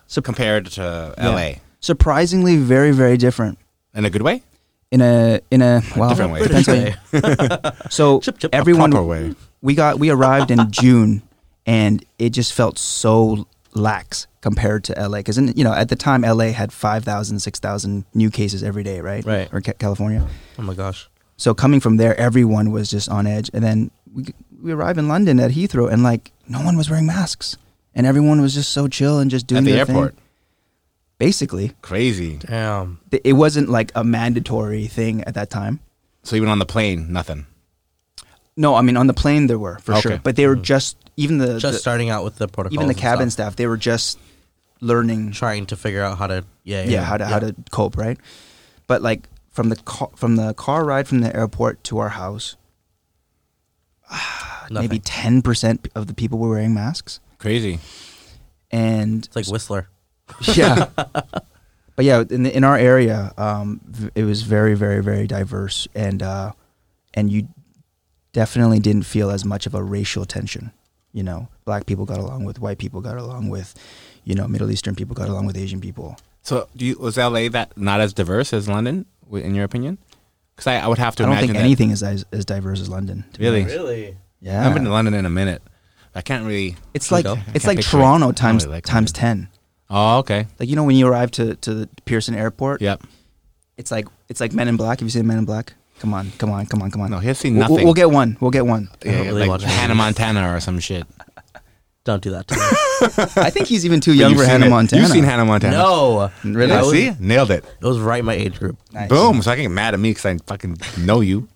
So compared to yeah. LA? surprisingly, very very different. In a good way? In a in a well, Different way. depends how you- So Chip, chip. A everyone proper way. we got we [LAUGHS] arrived in June, and it just felt so lax compared to LA because you know at the time LA had 5,000, 6,000 new cases every day, right? Right. Or ca- California. Oh my gosh. So coming from there, everyone was just on edge, and then we we arrive in London at Heathrow, and like no one was wearing masks, and everyone was just so chill and just doing At the their thing. airport. Basically, Crazy. Damn. Th- it wasn't like a mandatory thing at that time. So even on the plane, nothing. No, I mean on the plane there were for Okay. Mm-hmm. sure, but they were just even the Just the, starting out with the protocol. even the cabin staff they were just learning trying to figure out how to yeah yeah, how to how to cope, right? But like from the ca- from the car ride from the airport to our house, uh, Nothing. maybe ten percent of the people were wearing masks, Crazy. and it's like Whistler. [LAUGHS] [LAUGHS] yeah. But yeah, in the, in our area, um, v- it was very, very, very diverse, and uh, and you definitely didn't feel as much of a racial tension. You know, black people got along with white people, got along with, you know, Middle Eastern people, got along with Asian people. So, do you, was LA that not as diverse as London, w- in your opinion? Because I, I would have to I don't imagine think that- anything is as, as diverse as London. to be Really? honest. Really? I haven't been to Yeah, London in a minute. I can't really. it's Here we like go. I can't it's like picture it. I Toronto don't times really like times London. ten. Oh, okay. Like you know when you arrive to to the Pearson Airport, Yep. it's like it's like Men in Black. Have you seen Men in Black? Come on, come on, come on, come on. No, he has seen We'll- nothing. We'll, get one. We'll get one. I don't Yeah, really like watch Hannah movies. Montana or some shit. Don't do that [LAUGHS] to me. I think [LAUGHS] he's even too young You've for seen Hannah it. Montana. You've seen Hannah Montana. no. Really? I Yeah, was- see? Nailed it. It was right my age group. Nice. Boom. So I can get mad at me because I fucking know you.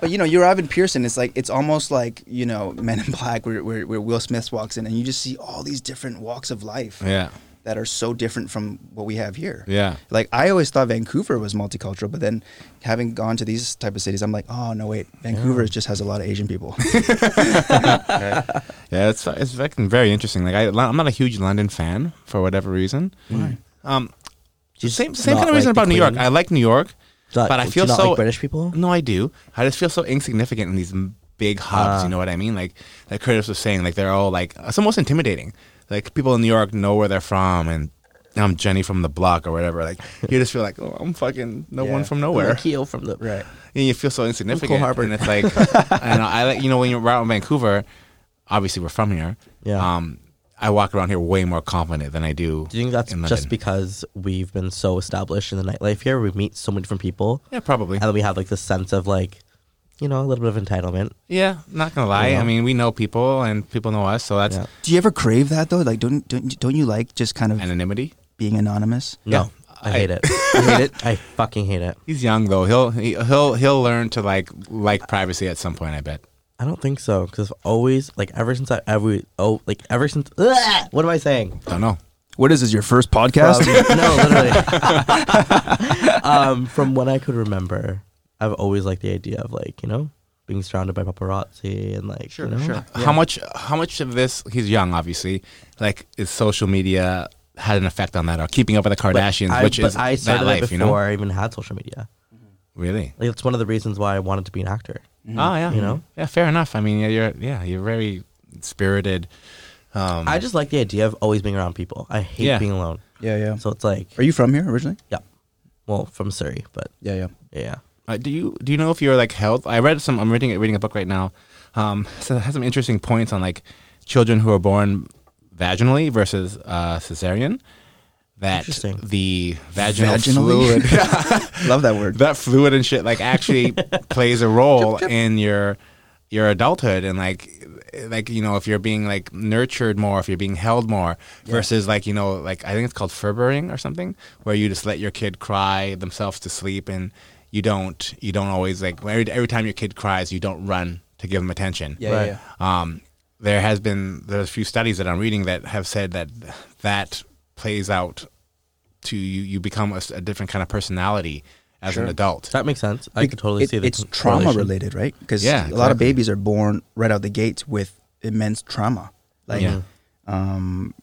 But you know, you arrive in Pearson. It's like it's almost like you know Men in Black, where, where where Will Smith walks in, and you just see all these different walks of life Yeah. that are so different from what we have here. Yeah. Like I always thought Vancouver was multicultural, but then having gone to these type of cities, I'm like, oh no, wait, Vancouver just has a lot of Asian people. [LAUGHS] Yeah, it's it's fucking very interesting. Like I, I'm not a huge London fan for whatever reason. Um, the Just same same not kind of reason like the about New York. Queen? I like New York, Not- but I do you feel not so like British people? No, I do. I just feel so insignificant in these m- big Ah. hubs. you know what I mean? Like like Curtis was saying, like they're all like it's almost intimidating. Like people in New York know where they're from, and I'm Jenny from the block or whatever. Like you just feel like oh, I'm fucking no one Yeah. from nowhere. Keo from the right. and you feel so insignificant. Harbour. And it's like, and I like you know when you're out in Vancouver, obviously we're from here. Yeah. Um, I walk around here way more confident than I do. Do you think that's in London. just because we've been so established in the nightlife here? We meet so many different people, Yeah, probably. and then we have like this sense of like, you know, a little bit of entitlement. Yeah, not gonna lie. Yeah. I mean, we know people and people know us, so that's Yeah. Do you ever crave that though? Like, don't don't don't you like just kind of anonymity. being anonymous? No, Yeah. I, I- hate it. I hate it. I fucking hate it. He's young though. He'll he, he'll he'll learn to like like privacy at some point. I bet. I don't think so because always like ever since I ever oh like ever since Ugh! what am I [LAUGHS] saying? Don't know. What is this? Your first Um, podcast? no, literally. [LAUGHS] um, from when I could remember, I've always liked the idea of like you know being surrounded by paparazzi and like you know? How much how much of this? He's young, obviously. Like, is social media had an effect on that, or keeping up with the But Kardashians, I, which but is I that started it life, before you know? I even had social media. Really? Like, it's one of the reasons why I wanted to be an actor. Oh yeah, Mm-hmm. You know? yeah, fair enough. I mean, yeah, you're yeah, you're very spirited. Um, I just like the idea of always being around people. I hate Yeah. being alone. yeah, yeah. So it's like, Are you from here originally? yeah. Well, from Surrey, but Yeah, yeah. yeah. uh, do you do you know if you're like held? I read some. I'm reading reading a book right now. Um, so it has some interesting points on like children who are born vaginally versus uh, cesarean. That Interesting. the vaginal Vaginally? fluid, [LAUGHS] Love that word. that fluid and shit, like [LAUGHS] actually plays a role in your your adulthood and like like you know if you're being like nurtured more if you're being held more versus like you know like i think it's called ferbering or something where you just let your kid cry themselves to sleep and you don't you don't always like every, every time your kid cries you don't run to give them attention Yeah, yeah, Right. um there has been there's a few studies that i'm reading that have said that that plays out to you you become a, s- a different kind of personality as an adult That makes sense. I could totally It- see the It's con- trauma correlation. related, right? Because Yeah, a lot of exactly. babies are born right out the gates with immense trauma. Like, Yeah. um,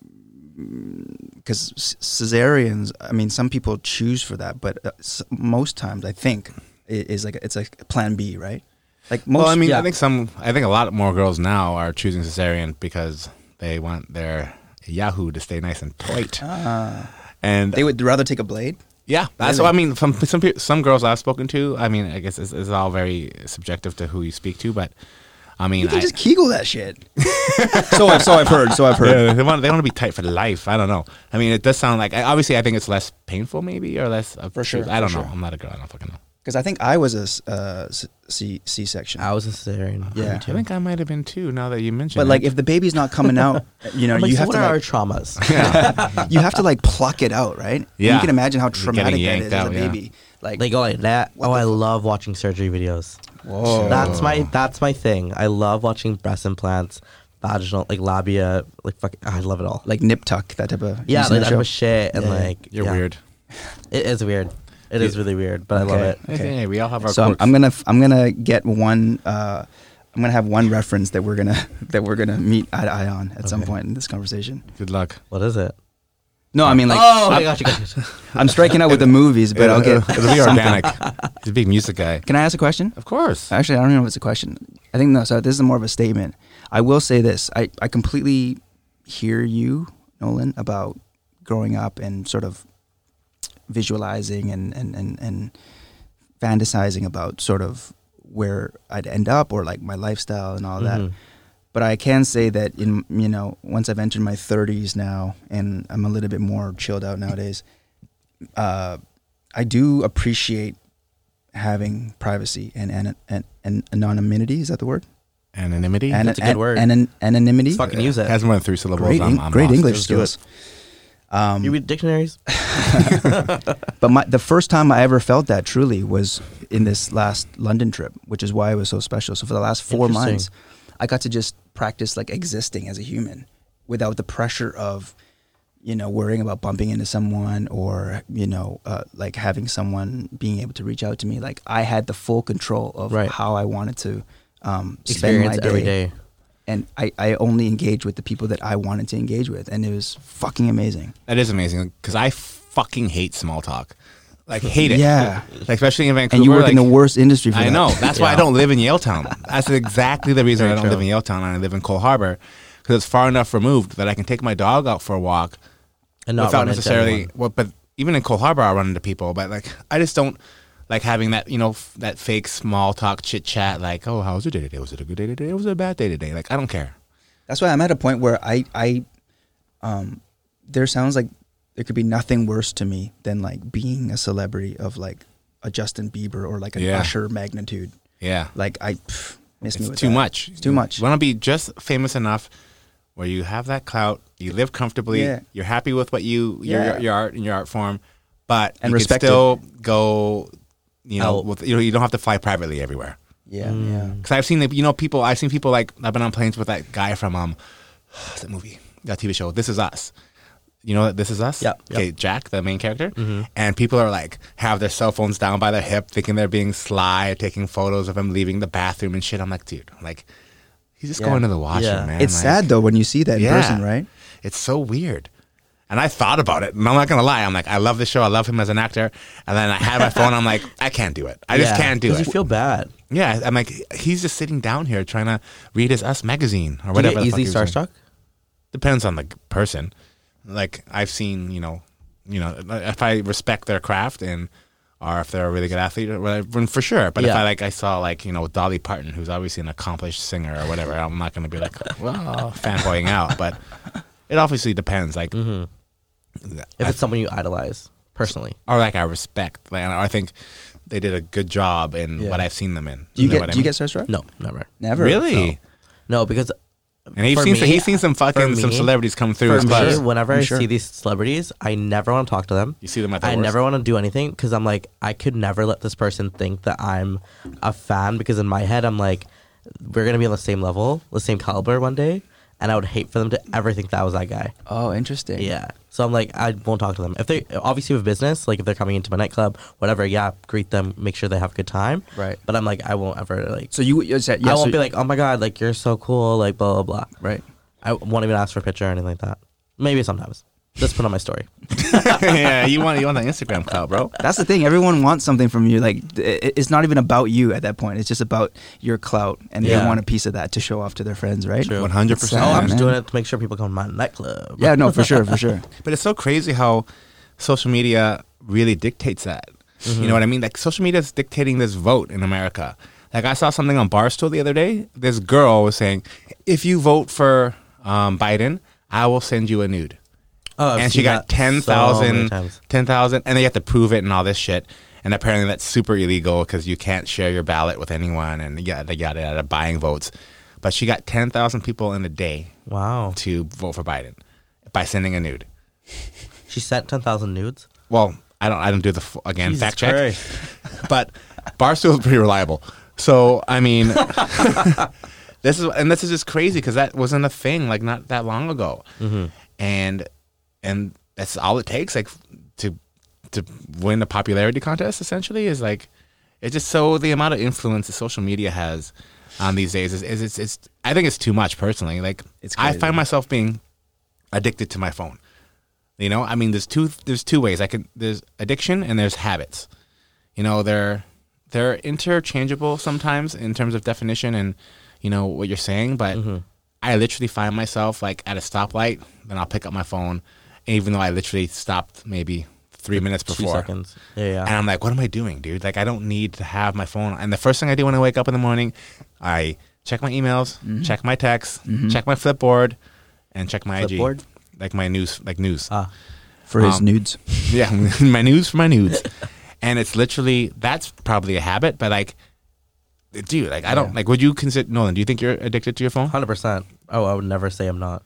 because cesareans, I mean, some people choose for that, but uh, s- most times I think it is like it's like plan B, right? Like most, well, I mean, yeah. I think some, I think a lot more girls now are choosing cesarean because they want their Yahoo to stay nice and tight. and Ah. they would rather take a blade. yeah, that's Really? what I mean. Some some peo- some girls I've spoken to, I mean, I guess it's, it's all very subjective to who you speak to, but I mean, You can I, just Kegel that shit. so, I've, so I've heard. So I've heard. yeah, they want they want to be tight for life. I don't know. I mean, it does sound like I- obviously I think it's less painful, maybe, or less of For sure, I don't for know. sure. I'm not a girl. I don't fucking know. Because I think I was a s- uh, s- C C section. I was a cesarean. Yeah. Yeah. I think I might have been too. Now that you mention, But like, it. if the baby's not coming [LAUGHS] out, you know, Like, you so have what to are our like, traumas? you have to like pluck it out, right? And Yeah. you can imagine how getting traumatic that yanked is as a out, yeah. baby. Like, they go like that. What oh, the Oh. I fu- love watching surgery videos. whoa, That's my that's my thing. I love watching breast implants, vaginal like labia, like fuck. I love it all. like nip tuck, that type of you yeah, seen like that that show? was shit and Yeah, yeah. like you're yeah. weird. It is weird. It is really weird, but I love Okay. it. Okay. Yeah, we all have our. So I'm, quirks. I'm gonna I'm gonna get one. Uh, I'm gonna have one reference [LAUGHS] that we're gonna that we're gonna meet eye to eye on at some point in this conversation. Good luck. What is it? No, I mean like oh, I got you. Got you. I'm striking out with the movies, but I'll get. [LAUGHS] it'll be organic. He's a big music guy. Uh, Can I ask a question? Of course. Actually, I don't know if it's a question. I think no. So this is more of a statement. I will say this. I, I completely hear you, Nolan, about growing up and sort of visualizing and and and, and fantasizing about sort of where I'd end up or like my lifestyle and all that. But I can say that in you know once I've entered my 30s now and I'm a little bit more chilled out nowadays, uh, I do appreciate having privacy and and and, and anonymity. Is that the word? Anonymity. Ana- That's a good an- word. anon- anonymity. Let's fucking use it. Hasn't went through syllables. great, I'm, Eng- I'm great lost. English Let's do it. skills. Um, you read dictionaries? But my, the first time I ever felt that truly was in this last London trip, which is why it was so special. So for the last four Interesting. months, I got to just practice like existing as a human without the pressure of, you know, worrying about bumping into someone or you know, uh, like having someone being able to reach out to me. Like I had the full control of Right. how I wanted to um, spend my Experience day, every day. and I, I only engaged with the people that I wanted to engage with, and it was fucking amazing. That is amazing because I fucking hate small talk. Like hate it. Yeah. Like, especially in Vancouver. And you work in like- the worst industry for I that. know. [LAUGHS] That's why I Yeah. don't live in Yale Town. [LAUGHS] That's exactly the reason I Very don't true. live in Yale Town. and I live in Cole Harbor because it's far enough removed that I can take my dog out for a walk And not without run into necessarily. anyone. Well, but even in Cole Harbor, I run into people. But like, I just don't like having that. You know, f- that fake small talk chit chat. Like, oh, how was your day today? Was it a good day today? Was it a bad day today? Like, I don't care. That's why I'm at a point where I, I, um, there sounds like there could be nothing worse to me than like being a celebrity of like a Justin Bieber or like an Yeah. Usher magnitude. Yeah. Like I pff, miss me It's with too that. much. It's too much. Why not be just famous enough where you have that clout, you live comfortably, Yeah. you're happy with what you your Yeah. your art and your art form, but And you respect can still go. You know, Out. with, you know, you don't have to fly privately everywhere. Yeah, Mm. yeah. Because I've seen the, you know people. I've seen people like I've been on planes with that guy from um, [SIGHS] what's that movie, that TV show. This is us. You know that this is us. Yeah, yeah. Okay, Jack, the main character, and people are like have their cell phones down by their hip, thinking they're being sly, taking photos of him leaving the bathroom and shit. I'm like, dude, like he's just Yeah. going to the washroom, Yeah. man. It's Like, sad though when you see that in Yeah. person, right? It's so weird. And I thought about it, and I'm not gonna lie. I'm like, I love this show. I love him as an actor. And then I had my phone. I'm like, I can't do it. I just Yeah, can't do 'cause it. You feel bad. Yeah, I'm like he's just sitting down here trying to read his Us magazine or Do you whatever. get the fuck easily he was doing. starstruck? Depends on the g- person. Like I've seen, you know, you know, uh, if I respect their craft and or if they're a really good athlete, or whatever, for sure. But if Yeah. I like, I saw like you know Dolly Parton, who's obviously an accomplished singer or whatever. I'm not going to be like, [LAUGHS] well, fanboying out. But it obviously depends. Like, If it's someone you idolize personally, or like I respect. Like, I think they did a good job in Yeah. what I've seen them in. Do you know get what I do mean? you get starstruck? no, never. never. really? No. No, because And he's For seen me- some, he's seen some fucking for some me- celebrities come through. for His me, [LAUGHS] butt. whenever I'm i sure. see these celebrities, I never want to talk to them. You see them at their I worst. never want to do anything because I'm like, I could never let this person think that I'm a fan because in my head I'm like, we're gonna be on the same level, the same caliber one day, and I would hate for them to ever think that I was that guy. Oh, interesting. Yeah. So I'm like, I won't talk to them. If they obviously with business, like if they're coming into my nightclub, whatever, yeah, greet them, make sure they have a good time. Right. But I'm like, I won't ever like. So you, you said, yeah, I won't so- be like, oh my god, like you're so cool, like blah blah blah. right. I won't even ask for a picture or anything like that. Maybe sometimes. Just put on my [LAUGHS] story. [LAUGHS] yeah, you want you want that Instagram clout, bro. That's the thing. Everyone wants something from you. Like i- it's not even about you at that point. It's just about your clout, and they Yeah. want a piece of that to show off to their friends, right? True. One hundred Oh, oh, I'm percent. just man. doing it to make sure people come to my nightclub. Yeah, no, for sure, for sure. But it's so crazy how social media really dictates that. Mm-hmm. You know what I mean? Like social media is dictating this vote in America. Like I saw something on Barstool the other day. This girl was saying, "If you vote for um, Biden, I will send you a nude." Oh, I've and she seen got that so many 10,000 times. 10,000 and they have to prove it and all this shit and apparently that's super illegal because you can't share your ballot with anyone and yada yada yada buying votes but she got 10,000 people in a day Wow. to vote for Biden by sending a nude She sent 10,000 nudes. well I don't I don't do the f- again Jesus fact check Christ. [LAUGHS] but Barstool is pretty reliable so I mean this is and this is just crazy because that wasn't a thing like not that long ago and and that's all it takes like to to win a popularity contest essentially is like it's just so the amount of influence that social media has on these days is, is it's, it's i think it's too much personally like It's i crazy. find myself being addicted to my phone You know, I mean, there's two there's two ways. I can there's addiction and there's habits. You know, they're they're interchangeable sometimes in terms of definition and you know what you're saying. But Mm-hmm. I literally find myself like at a stoplight, then I'll pick up my phone, even though I literally stopped maybe three minutes Two before. seconds. Yeah, yeah. And I'm like, what am I doing, dude? Like, I don't need to have my phone. And the first thing I do when I wake up in the morning, I check my emails, check my texts, check my Flipboard, and check my Flipboard? IG, like my news, like news. Ah, [LAUGHS] for his Um, nudes. [LAUGHS] yeah, [LAUGHS] my news [LAUGHS] for my nudes. and it's literally that's probably a habit, but like, dude, like I don't like. Would you consider Nolan? Do you think you're addicted to your phone? 100%. Oh, I would never say I'm not.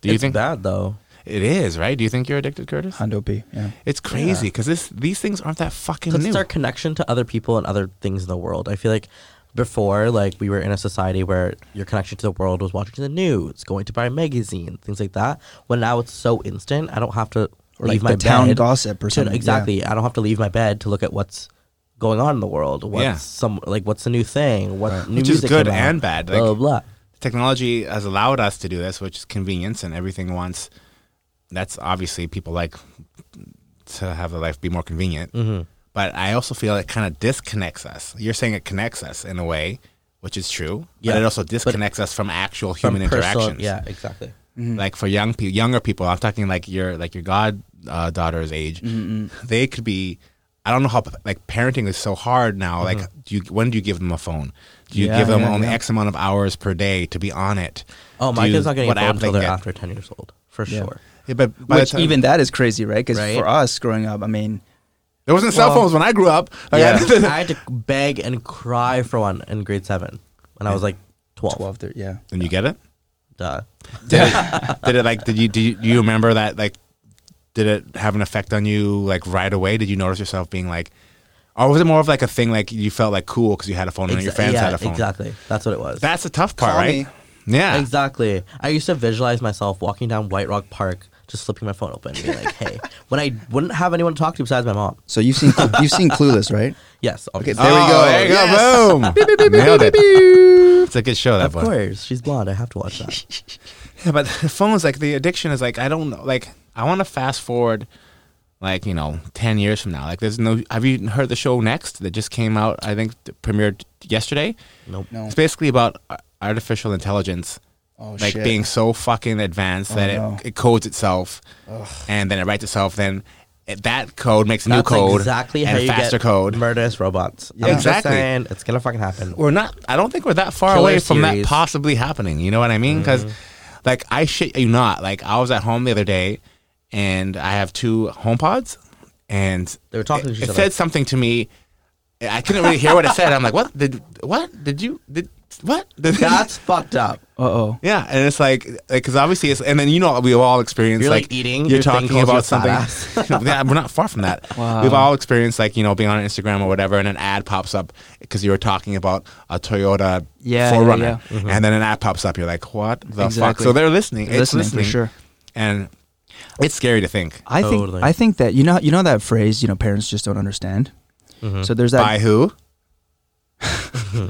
Do you it's think bad though? it is right? Do you think you're addicted, Curtis? Hondo P. Yeah. It's crazy because this these things aren't that fucking Because new. it's our connection to other people and other things in the world. I feel like before, like we were in a society where your connection to the world was watching the news, going to buy a magazine, things like that. When now it's so instant, I don't have to Or leave like my the town bed gossip or to- something, yeah. Exactly, I don't have to leave my bed to look at what's going on in the world. What's Yeah. some like what's the new thing? What new Which is music good came out, and bad, Blah like- blah. blah. technology has allowed us to do this, which is convenience and everything wants. That's obviously people like to have their life be more convenient. Mm-hmm. But I also feel it kind of disconnects us. You're saying it connects us in a way, which is true. Yeah. But it also But- disconnects us from actual From human personal- interactions. Yeah, exactly. Like for young people, younger people, I'm talking like your like your god uh, daughter's age. Mm-hmm, They could be. I don't know how like parenting is so hard now. Uh-huh. Like, do you when do you give them a phone? Do you Yeah, give them yeah, only yeah. X amount of hours per day to be on it? Oh, Do my you- kid's not getting a what phone app until they they're get? after ten years old, for Yeah. sure. Yeah, but by the Which time- even that is crazy, right? Because Right? for us growing up, I mean, there wasn't cell well- phones when I grew up. Like, I Yeah. [LAUGHS] didn't- I had to beg and cry for one in grade seven when I was like 12. 12, thir- yeah. Did you get it? Duh. Did it? did it like? Did you? Do you, do you remember that? Like, did it have an effect on you? Like right away? Did you notice yourself being like, or was it more of like a thing? Like you felt like cool because you had a phone and your Exa- fans yeah, had a phone. Exactly. That's what it was. That's the tough part, Call right? Yeah. exactly. I used to visualize myself walking down White Rock Park, just flipping my phone open and being like, [LAUGHS] hey, when I wouldn't have anyone to talk to besides my mom. So you've seen Clu- you've seen Clueless, right? Yes. obviously. There we Oh, go. There you Yes. [LAUGHS] go. Boom. Nailed it. It's a good show. That of one. course. She's blonde. I have to watch that. Yeah, but phones, like the addiction is like I don't know. Like I want to fast forward, like you know, ten years from now. Like there's no. Have you heard the show Next that just came out? I think th- premiered yesterday. nope. No. It's basically about a- artificial intelligence, [LAUGHS] Oh like [LAUGHS] being so fucking advanced that Oh, no. it, it codes itself, and then it writes itself. Then it, that code makes a [LAUGHS] new That's code exactly and how you faster get code. murderous robots. I'm just Exactly. saying, it's gonna fucking happen. we're not i don't think we're that far Killer away from that series. Mm-hmm. possibly happening you know what i mean because like i shit you not like i was at home the other day and i have two home pods and They were talking it, to each it other. said something to me i couldn't really hear what it said i'm like what did what did you did what did That's fucked up. Uh oh. yeah, and it's like, because obviously, it's, and then you know, we've all experienced You're, like, like, eating, You're your thing talking calls you a about fat [LAUGHS] something. yeah, we're not far from that. [LAUGHS] Wow. We've all experienced like you know being on Instagram or whatever, and an ad pops up because you were talking about a Toyota Yeah, yeah, 4Runner, yeah. Mm-hmm. and then an ad pops up. You're like, what the fuck? Exactly. So they're listening. They're it's listening, for listening sure. and it's scary to think. I think Totally. I think that you know you know that phrase, you know, parents just don't understand. So there's that Mm-hmm.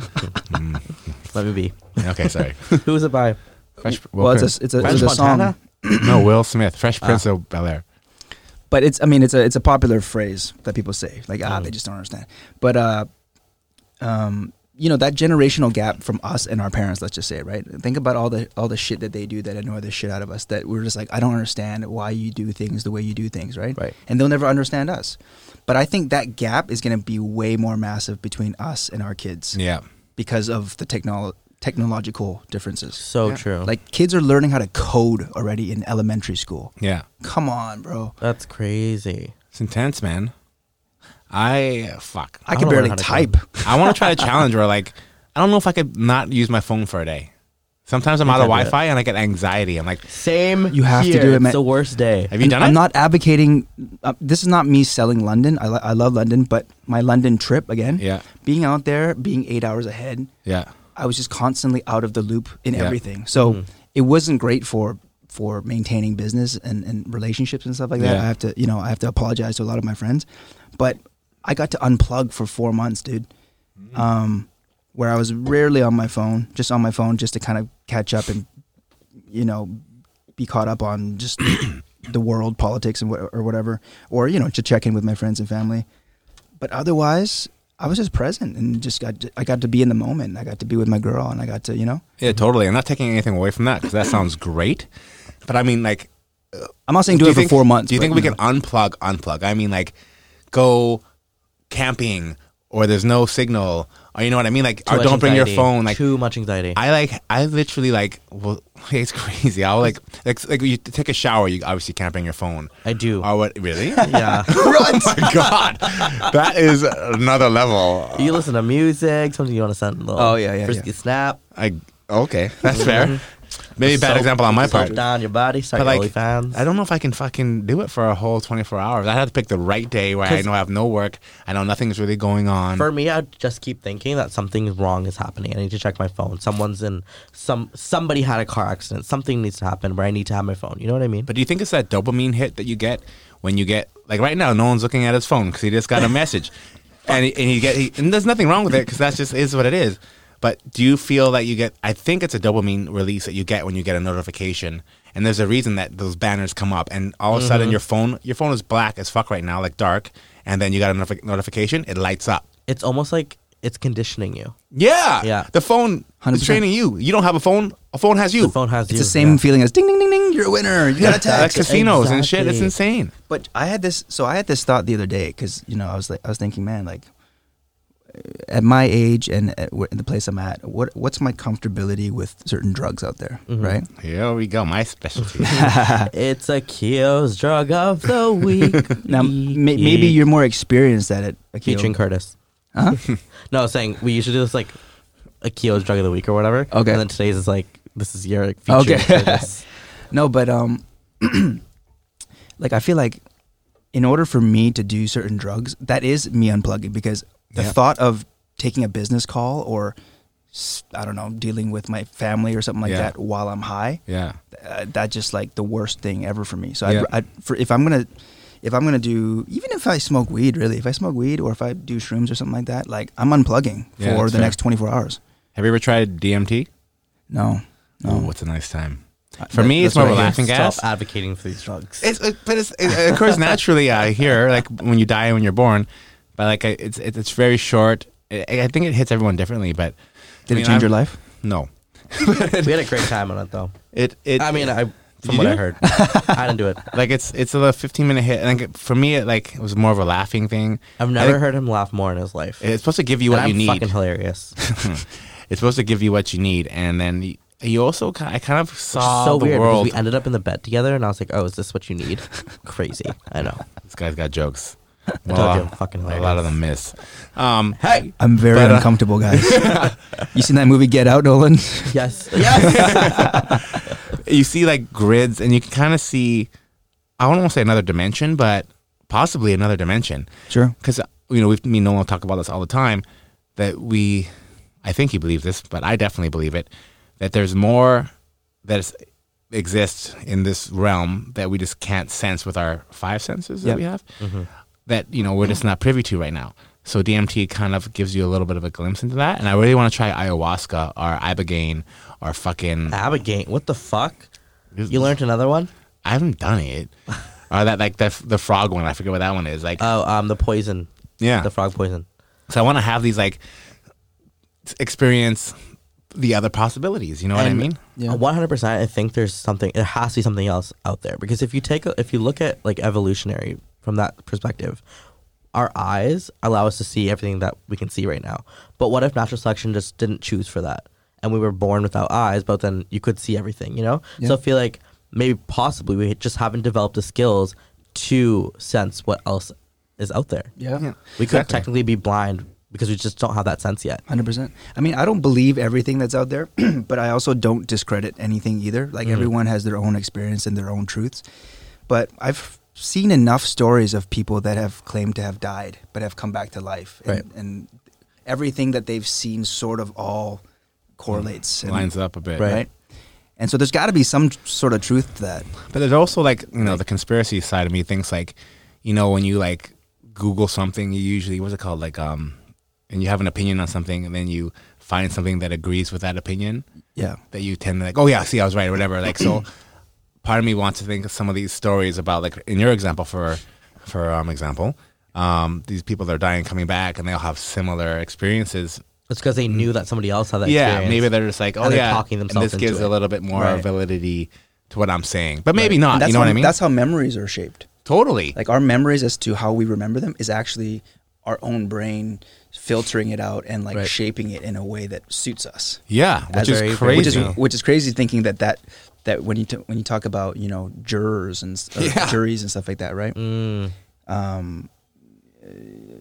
By [LAUGHS] who? Let me [LAUGHS] be. Okay, sorry. Who was it by? Fresh, well, it's a, it's a, French it's a Ah. song, Montana? no Will Smith, Fresh Prince of Bel Air. but it's I mean it's a it's a popular phrase that people say like ah Mm. they just don't understand. But uh, um, you know that generational gap from us and our parents, let's just say, right? Think about all the all the shit that they do that annoy the shit out of us that we're just like I don't understand why you do things the way you do things, right? Right. And they'll never understand us. But I think that gap is going to be way more massive between us and our kids Yeah, because of the technol technological differences. So Yeah. true. Like Like kids are learning how to code already in elementary school. yeah. Come on, bro. that's crazy. It's intense, man. I fuck. I, I can wanna learn barely how to type. code. I want to try a challenge where like I don't know if I could not use my phone for a day. Sometimes I'm out of can't do it. Wi-Fi and I get anxiety. I'm like, Same. You have to here. do it, It's man. the worst day. have you And done I'm it? not advocating. Uh, this is not me selling London. I, li- I love London, but my London trip again. Yeah. Being out there, being eight hours ahead, yeah, I was just constantly out of the loop in Yeah. everything. So it wasn't great for for maintaining business and, and relationships and stuff like that. Yeah. I have to you know I have to apologize to a lot of my friends, but I got to unplug for four months, dude. Mm. Um, where I was rarely on my phone, just on my phone, just [COUGHS] to kind of catch up and you know be caught up on just the world, politics, and wha- or whatever, or you know, to check in with my friends and family. But otherwise, I was just present and just got I got to be in the moment. I got to be with my girl, and I got to you know. Yeah, totally. I'm not taking anything away from that because that sounds great. But I mean, like, I'm not saying do, you it for think- four months. Do you but, think we know. can unplug, unplug? I mean, like, go camping or there's no signal or you know what I mean? Like, Too or much don't bring your anxiety. phone. Like, too much anxiety. I like, I literally like, well, [LAUGHS] it's crazy. I'll like, like, like you take a shower, you obviously can't bring your phone. I do. Or what? [LAUGHS] Really? [LAUGHS] yeah. [LAUGHS] oh my god, that is another level. You listen to music, something you want to send a little. Oh, yeah, yeah, frisky yeah. snap. I okay, that's fair. Maybe a bad Soap- example on my soap part. Down your body, start But your like, OnlyFans. I don't know if I can fucking do it for a whole 24 hours. I have to pick the right day where I 'Cause- know I have no work. I know nothing's really going on. For me, I just keep thinking that something wrong is happening. I need to check my phone. Someone's in some somebody had a car accident. Something needs to happen where I need to have my phone. You know what I mean? but do you think it's that dopamine hit that you get when you get like right now? No one's looking at his phone because he just got [LAUGHS] a message, and he, and you get he, and there's nothing wrong with it because that's just is what it is. But do you feel that you get? I think it's a dopamine release that you get when you get a notification, and there's a reason that those banners come up, and all of a Mm-hmm. sudden your phone your phone is black as fuck right now, like dark, and then you got a notifi- notification, it lights up. it's almost like it's conditioning you. Yeah. Yeah. The phone is 100%. training you. You don't have a phone. A phone has you. The phone has It's you. the same Yeah. feeling as ding ding ding ding. You're a winner. You got a That's text. casinos and shit. It's Exactly. insane. But I had this. So I had this thought the other day because you know I was like I was thinking, man, like at my age and at, wh- the place I'm at, what what's my comfortability with certain drugs out there, Mm-hmm. right? Here we go. My [LAUGHS] specialty. It's a Keo's drug of the [LAUGHS] week. Now Week, may, maybe week. you're more experienced at it. Akil. featuring Curtis. [LAUGHS] no, I was saying we usually do this like Akio's drug of the week or whatever. Okay. And then today's is like this is your like, featuring Okay. [LAUGHS] Curtis. No, but um, [CLEARS THROAT] like I feel like in order for me to do certain drugs, that is me unplugging because the Yeah. thought of taking a business call or s- I don't know dealing with my family or something like Yeah. that while I'm high, yeah. uh, that just like the worst thing ever for me. So Yeah. I, I for, if I'm gonna if I'm gonna do even if I smoke weed, really, if I smoke weed or if I do shrooms or something like that, like I'm unplugging Yeah, for that's the fair. next 24 hours. Have you ever tried DMT? No, no. Ooh, Oh, it's a nice time. Uh, I- For me, that's it's [LAUGHS] more what of I a hear. laughing gas. Stop advocating for these drugs. It's, it, but it's, it, it occurs naturally uh, here, like when you die, when you're born. But like I- it's it's it's very short. I, I think it hits everyone differently. But I Did it mean, change I'm- your life? No. [LAUGHS] we had a great time on it though. It it. I mean, uh, I from you what I do? [LAUGHS] heard, I didn't do it. like it's it's a little 15 minute hit. And like for me, it like it was more of a laughing thing. I've I never think heard him laugh more in his life. It's supposed to give you And what I'm you need. fucking [LAUGHS] hilarious. it's supposed to give you what you need, and then you, you also ki I kind of saw so the weird because world. we ended up in the bed together, and I was like, "Oh, is this what you [LAUGHS] need?" Crazy. I know. this guy's got jokes. told Well, you, fucking a lot hilarious. of them miss. Um, Hey. I'm very But, uh, uncomfortable, [LAUGHS] guys. you seen that movie Get Out, Nolan? Yes. Yes. you see like grids, and you can kind of see. I don't want to say another dimension, but possibly another dimension. Sure. because you know we've, me and Nolan talk about this all the time that we, I think he believes this, but I definitely believe it that there's more that is, exists in this realm that we just can't sense with our five senses that Yep. we have that you know we're just not privy to right now. So DMT kind of gives you a little bit of a glimpse into that, and I really want to try ayahuasca or ibogaine or fucking Abigail, what the fuck? Is- You learned another one? I haven't done it. or that like the the frog one, I forget what that one is. Like Oh, um, the poison. yeah, The frog poison. So I want to have these like s- experience the other possibilities. You know what I And mean? Yeah. One hundred percent. I think there's something. There has to be something else out there because if you take, a, if you look at like evolutionary from that perspective, our eyes allow us to see everything that we can see right now. But what if natural selection just didn't choose for that, and we were born without eyes, but then you could see everything, you know? Yeah. So I feel like maybe possibly we just haven't developed the skills to sense what else is out there. Yeah. We could Exactly. technically be blind because we just don't have that sense yet. 100%. I mean, I don't believe everything that's out there, [CLEARS THROAT] but I also don't discredit anything either. Mm. Like, everyone has their own experience and their own truths. But I've seen enough stories of people that have claimed to have died, but have come back to life. And, Right. and everything that they've seen sort of all correlates. and- Lines up a bit, Right. right? And so there's got to be some sort of truth to that. But there's also like you know the conspiracy side of me thinks like, you know, when you like Google something, you usually what's it called like um, and you have an opinion on something, and then you find something that agrees with that opinion Yeah. that you tend to like. Oh yeah, see, I was right, or whatever. Like so. [CLEARS THROAT] part of me wants to think of some of these stories about like in your example for for um example um these people that are dying coming back and they'll have similar experiences It's because they knew that somebody else had that yeah experience. maybe they're just like oh And they're yeah talking and themselves this gives into a it. little bit more Right. validity to what i'm saying but maybe not that's you know how, what i mean That's how memories are shaped. totally Like our memories as to how we remember them is actually our own brain filtering it out and like Right. shaping it in a way that suits us. yeah which as is very- crazy very Which is which is crazy thinking that that that when you t- when you talk about you know jurors and s- or [LAUGHS] Yeah. juries and stuff like that, right? Mm, Um,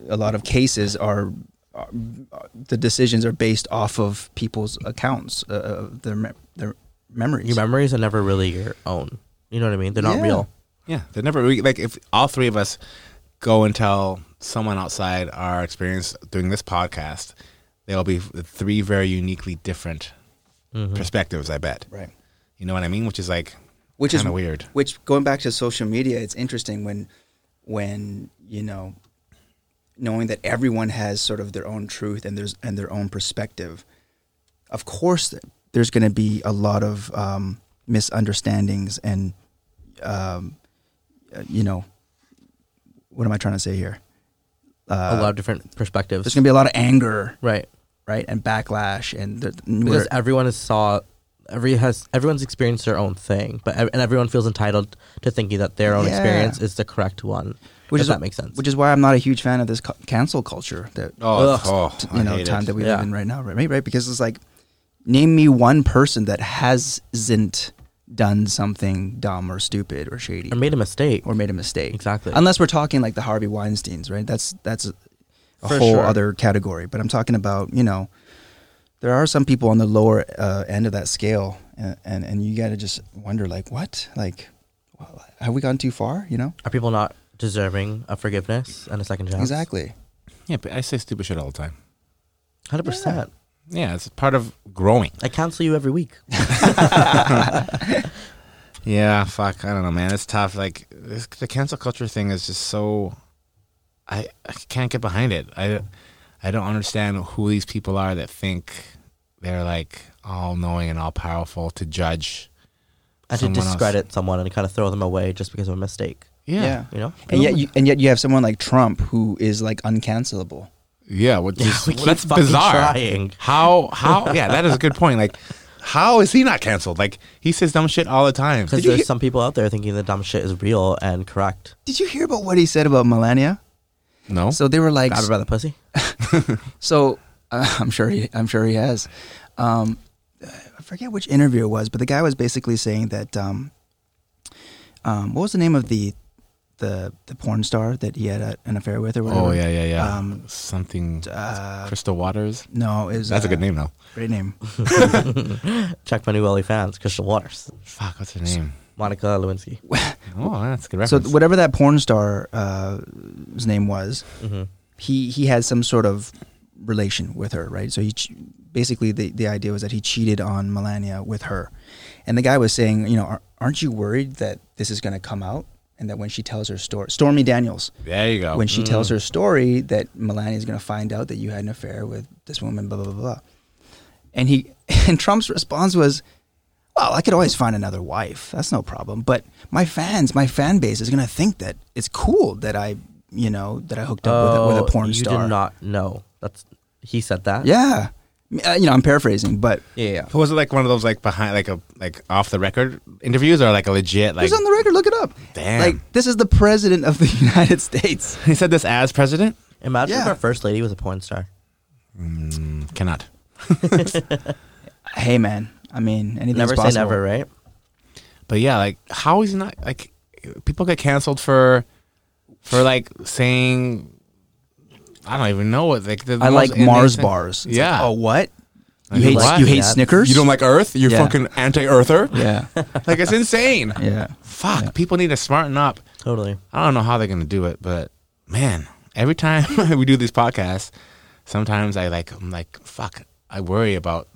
a lot of cases are. are- The decisions are based off of people's accounts, uh, uh, their me- their memories. your memories are never really your own. You know what I mean? They're not Yeah. real. Yeah, they never re- like if all three of us go and tell someone outside our experience doing this podcast, they'll be three very uniquely different Mm-hmm. perspectives. I bet. right? You know what I mean? Which is like, which is Kinda weird. Which going back to social media, it's interesting when when you know knowing that everyone has sort of their own truth and there's and their own perspective. Of course, there's going to be a lot of um, misunderstandings and um, uh, you know what am I trying to say here? Uh, a lot of different perspectives. There's going to be a lot of anger, right. right, and backlash, and there, because everyone has saw every has everyone's experienced their own thing but ev- and everyone feels entitled to thinking that their own Yeah. experience is the correct one if which is that makes sense Which is why I'm not a huge fan of this cu- cancel culture that oh, it's- oh, t- I you know hate time it. that we Yeah. live in right now, right? Right? Because it's like, name me one person that hasn't done something dumb or stupid or shady or made a mistake or made a mistake. Exactly. Unless we're talking like the Harvey Weinstein's, right? That's that's a, a For whole sure. other category. But I'm talking about you know, there are some people on the lower uh, end of that scale, and and, and you got to just wonder like what like. well, Have we gone too far? You know are people not deserving of forgiveness and a second chance exactly. yeah, but I say stupid shit all the time. 100% Yeah, it's part of growing. i cancel you every week Yeah, fuck, I don't know, man. It's tough. Like this, the cancel culture thing is just so. I I can't get behind it. I I don't understand who these people are that think they're like all knowing and all powerful to judge. and to someone else. discredit someone and kind of throw them away just because of a mistake Yeah. Yeah. Yeah. you know and yet you, and yet you have someone like Trump who is like uncancelable. what Yeah, [LAUGHS] just, [LAUGHS] we keep that's fucking bizarre. trying. How how yeah, that is a good point. Like how is he not canceled? Like he says dumb shit all the time. because Did you there's hear- some people out there thinking that dumb shit is real and correct Did you hear about what he said about Melania? no. So they were like, god rather pussy so uh, [LAUGHS] I'm sure he, I'm sure he has. Um, I forget which interview it was, but the guy was basically saying that. Um, um, what was the name of the the the porn star that he had a, an affair with or whatever? oh yeah, yeah, yeah. Um, Something uh, Crystal Waters. no, it was That's a uh, good name though. Great name. check my new LA fans christian waters Fuck, what's her name? monica lewinsky Oh, that's a good so reference. th- whatever that porn star's uh, his name was, hmm he he had some sort of relation with her, right? So he ch- basically the the idea was that he cheated on Melania with her, and the guy was saying, you know, "Ar- aren't you worried that this is going to come out, and that when she tells her story, Stormy Daniels, There you go. Oh. when she Mm. tells her story, that Melania is going to find out that you had an affair with this woman, blah blah blah blah, and he [LAUGHS] and Trump's response was. Well, I could always find another wife. That's no problem. But my fans, my fan base is going to think that it's cool that I, you know, that I hooked up with, a, with a porn Oh, you star. did not know. That's he said that. Yeah. Uh, you know, I'm paraphrasing, but yeah, yeah. was it like one of those like behind like a like off the record interviews or like a legit like who's on the record? Look it up. Damn. Like, this is the president of the [LAUGHS] United States. he said this as president? Imagine if Yeah. our first lady was a porn star. Mm, cannot. Hey, man. I mean, anything's Never possible. say never, right? But yeah, like how is he not like people get canceled for for like saying I don't even know what like the I most like Mars innocent- bars. It's yeah. Like, oh, what? You Like, hate what? you hate Yeah. Snickers? You don't like Earth? You're Yeah. fucking anti-Earther. [LAUGHS] Yeah. [LAUGHS] like it's insane. [LAUGHS] Yeah. Fuck, people need to smarten up. Totally. I don't know how they're gonna do it, but man, every time [LAUGHS] we do these podcasts, sometimes I like I'm like fuck. I worry about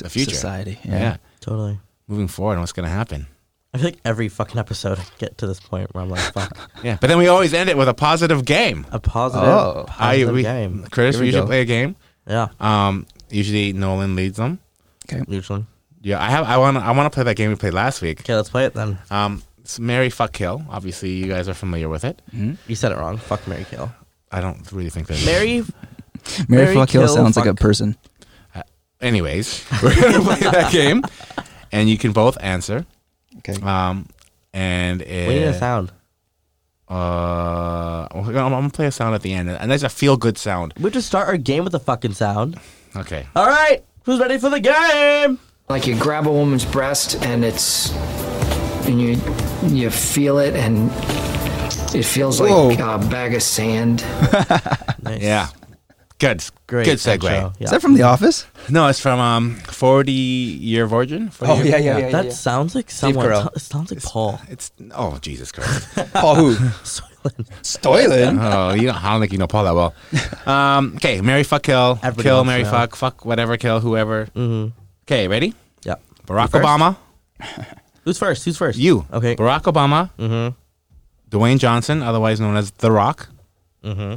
the future. Society. Yeah. Yeah. Totally. moving forward, and what's gonna happen? I feel like every fucking episode I get to this point where I'm like, fuck. Yeah, but then we always end it with a positive game. [LAUGHS] A positive, Oh. positive I we, game. Curtis, Here we we usually go. play a game. Yeah. Um, usually Nolan leads them. Okay. Usually. Yeah, I have. I want. I want to play that game we played last week. Okay, let's play it then. Um, it's Mary Fuck Kill. Obviously, you guys are familiar with it. You said it wrong. Fuck Mary Kill. I don't really think there's Mary Mary, Mary fuck Hill kill sounds like a fuck. person. Anyways, [LAUGHS] we're gonna play that game, and you can both answer. Okay. Um, and it, We need a sound. Uh, I'm gonna, I'm gonna play a sound at the end, and that's a feel good sound. We just start our game with a fucking sound. Okay. All right, who's ready for the game? Like you grab a woman's breast and it's and you you feel it and it feels like Whoa. a bag of sand. Nice. Yeah. Good. great. Good segue. intro. Yeah. Is that from The Office? No, it's from um, 40 Year Virgin. 40 year- Oh, yeah, that sounds like someone. Carell. It sounds like Paul. It's oh Jesus Christ. [LAUGHS] [LAUGHS] Paul who? Soylent. Stoyland. oh, you don't, I don't think you know Paul that well. Um, okay, Mary fuck kill, Everybody kill wants Mary to know. fuck, fuck whatever kill whoever. Mhm. Okay, ready? Yeah. Barack first? Obama, Who's first? Who's first? you. Okay. Barack Obama, Mhm. Dwayne Johnson, otherwise known as The Rock. Mm-hmm.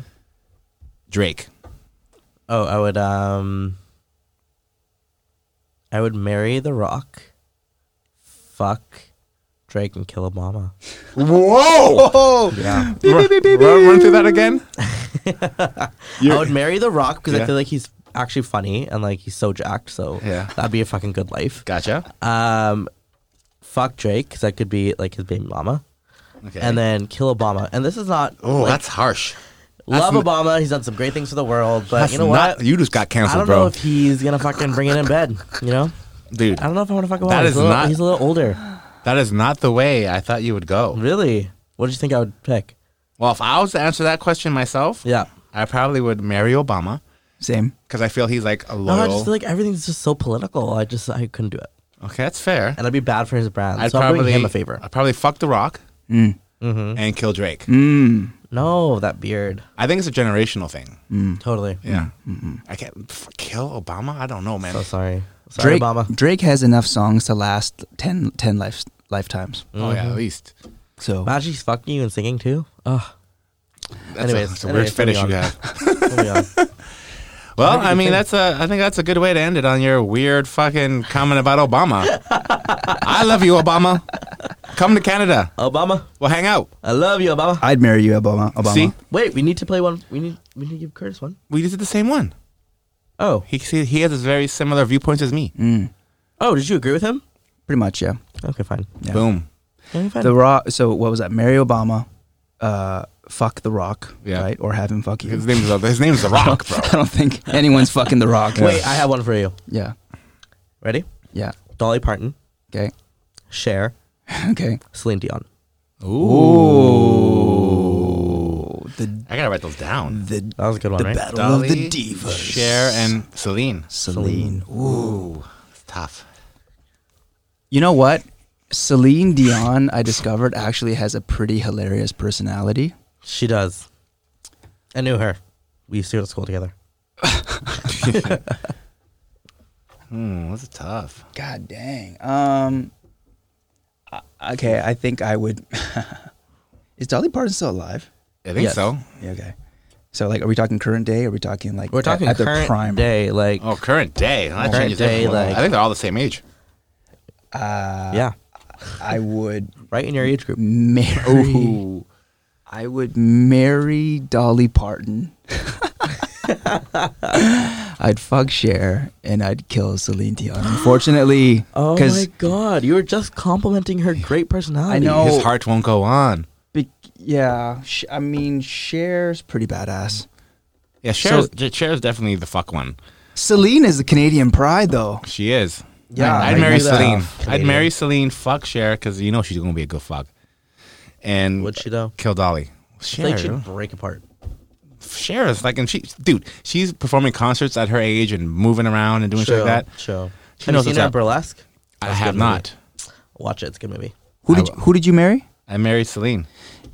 Drake. Oh, I would um I would marry The Rock, fuck Drake and kill Obama. Whoa! Oh, Yeah. run, run, run through that again. I would marry The Rock because Yeah. I feel like he's actually funny and like he's so jacked, so Yeah. that'd be a fucking good life. Gotcha. Um fuck Drake cuz that could be like his baby mama. Okay. And then kill Obama. And this is not oh, like, that's harsh. love that's- Obama. He's done some great things for the world, but That's you know not, what? You just got I canceled, don't bro. know if he's gonna fucking bring it in bed. You know, Dude, I don't know if I want to fuck Obama. That he's is a little, not- He's a little older. that is not the way I thought you would go. Really? What did you think I would pick? Well, if I was to answer that question myself, Yeah. I probably would marry Obama same. because I feel he's like a No, I loyal. just feel like everything's just so political. I just I couldn't do it, okay, that's fair. and I'd be bad for his brand. I'd so probably I'm doing him a favor. I'd probably fuck The Rock Mm. and kill Drake. Mm. No, that beard. I think it's a generational thing. Totally. Yeah, I can't f- kill Obama. I don't know, man. Mm-hmm. So Oh, sorry. Sorry, Drake, Obama. Drake has enough songs to last 10, 10 life, lifetimes. Oh mm-hmm. yeah, at least. So Imagine he's fucking you and singing too. Ugh. That's Anyways, a, that's a anyways, weird fetish you moving on. have. Moving [LAUGHS] on. Well, I mean, that's a. I think that's a good way to end it on your weird fucking comment about Obama. I love you, Obama. Come to Canada. Obama, We'll hang out. I love you, Obama. I'd marry you, Obama. Obama. See, Wait, we need to play one. We need we need to give Curtis one. we just did the same one. Oh, He he has very similar viewpoints as me. oh, did you agree with him? Pretty much, yeah. Okay, fine. Yeah. Boom. Okay, fine. The Rock. So what was that? Marry Obama. Uh, fuck The Rock. Yeah. Right. Or have him fuck you. His name's his name's The Rock, bro. [LAUGHS] I don't think anyone's fucking The Rock. Wait, I have one for you. Yeah. Ready? Yeah. Dolly Parton, Okay. [CLEARS THROAT] Cher, Okay. Celine Dion. Ooh. The [LAUGHS] I gotta write those down. the That was a good one, the right? battle Dolly, of the divas. Cher and Celine. Celine. Ooh, it's tough. You know what? Celine Dion, I discovered, actually has a pretty hilarious personality. She does. I knew her. We used to go to school together. Hmm, that's tough. God dang. Um. I- Okay, I think I would. [LAUGHS] Is Dolly Parton still alive? I think Yes. so. Yeah, okay. So, like, are we talking current day? Or are we talking like We're at- talking at, the current prime? day, like Oh, current day. Well, that Current changes day, everything. like- I think they're all the same age. yeah, I would right in your age group. marry. I would marry [LAUGHS] Dolly Parton. I'd fuck Cher and I'd kill Celine Dion. [GASPS] Unfortunately, Oh because my god, you were just complimenting her great personality. I know. His heart won't go on. Be- yeah, sh- I mean, Cher's pretty badass. Yeah, Cher's, J- Cher's definitely the fuck one. Celine is the Canadian pride, though. She is. Yeah, I'd I marry knew that. Celine. I'd Canadian. marry Celine. Fuck Cher because you know she's gonna be a good fuck. And Would she though? kill Dolly? I Cher, think she'd break apart. Cher is like, and she, dude, she's performing concerts at her age and moving around and doing shit like that. Show. She Have you knows seen what's her in up. burlesque? I That's a have good movie. not. Watch it. It's a good movie. Who I did you, who did you marry? I married Celine.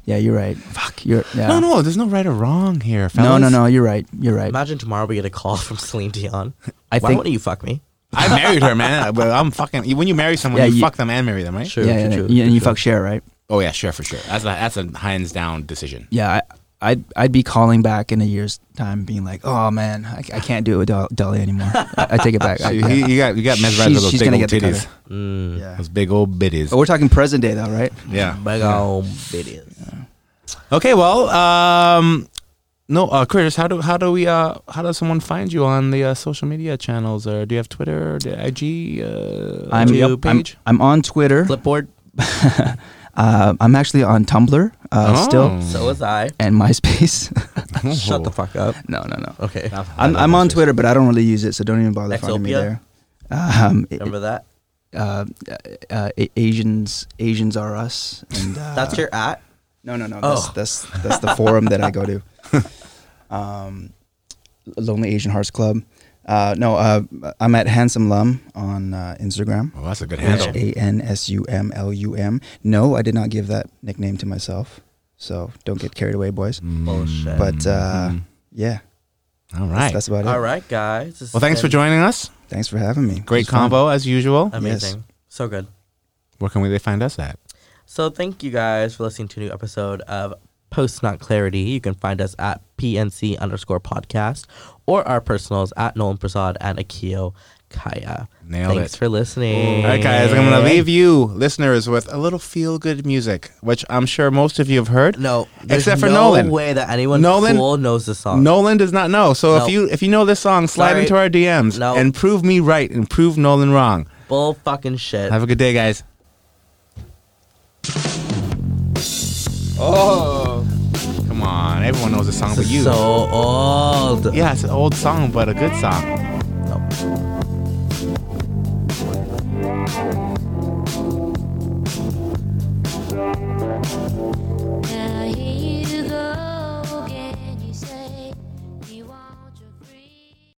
Yeah, you're right. Fuck, you're yeah. No, no, there's no right or wrong here, no, fellas. no, no. You're right. You're right. Imagine tomorrow we get a call [LAUGHS] from Celine Dion. I Why think- wouldn't you fuck me? [LAUGHS] I married her, man. But I'm fucking. When you marry someone, Yeah, you, you- fuck them and marry them, right? Sure. yeah, yeah, true, yeah, and you true. fuck Cher, right? Oh yeah, sure, for sure. That's a that's a hands down decision. Yeah, I, I'd I'd be calling back in a year's time, being like, "Oh man, I, I can't do it with Dol- Dolly anymore." I, I take [LAUGHS] it back. I- So he, you got you got mesmerized She's- with those she's big gonna old get Oh. the titties, cutter. Mm. yeah. those big old bitties. But we're talking present day though, right? yeah. Big ol' bitties. Okay. Well, um, no, uh, Curtis, how do how do we uh, how does someone find you on the uh, social media channels? Or do you have Twitter, or the IG, uh, I'm, IG I'm- page? I'm on Twitter. Flipboard. [LAUGHS] Uh, I'm actually on Tumblr uh, still So was I. and MySpace. [LAUGHS] [LAUGHS] Shut the fuck up. no, no, no. Okay. I'm, I'm on Twitter, but I don't really use it, so don't even bother finding me Exopia? there. Um, it- Remember that? uh, uh, A- Asians, Asians are us. And, uh, That's your at. no, no, no. Oh. That's that's that's the forum that I [LAUGHS] go to. Um, Lonely Asian Hearts Club. Uh, no, uh, I'm at Handsome Lum on uh, Instagram. Oh, that's a good H handle. A N S U M L U M. No, I did not give that nickname to myself. So don't get carried away, boys. Mm. Bullshit. But uh, yeah, all right. that's about it. Mm-hmm. All right, guys. This well, has thanks for been joining us. Thanks for having me. Great It was fun. combo as usual. Amazing. So good. Where can we they find us at? So thank you guys for listening to a new episode of Post Not Clarity. You can find us at PNC underscore podcast or our personals at Nolan Prasad and Akio Kaya. Nailed Thanks it. for listening. All right, guys, I'm going to leave you listeners with a little feel good music, which I'm sure most of you have heard. No, there's Except for no Nolan. way that anyone Nolan- cool knows this song. Nolan does not know. So No. if you if you know this song, slide Sorry. into our DMs No. and prove me right and prove Nolan wrong. bull fucking shit. Have a good day, guys. Oh, come on! Everyone knows the song, This but is you. so old. yeah, it's an old song, but a good song. No. Now here you go.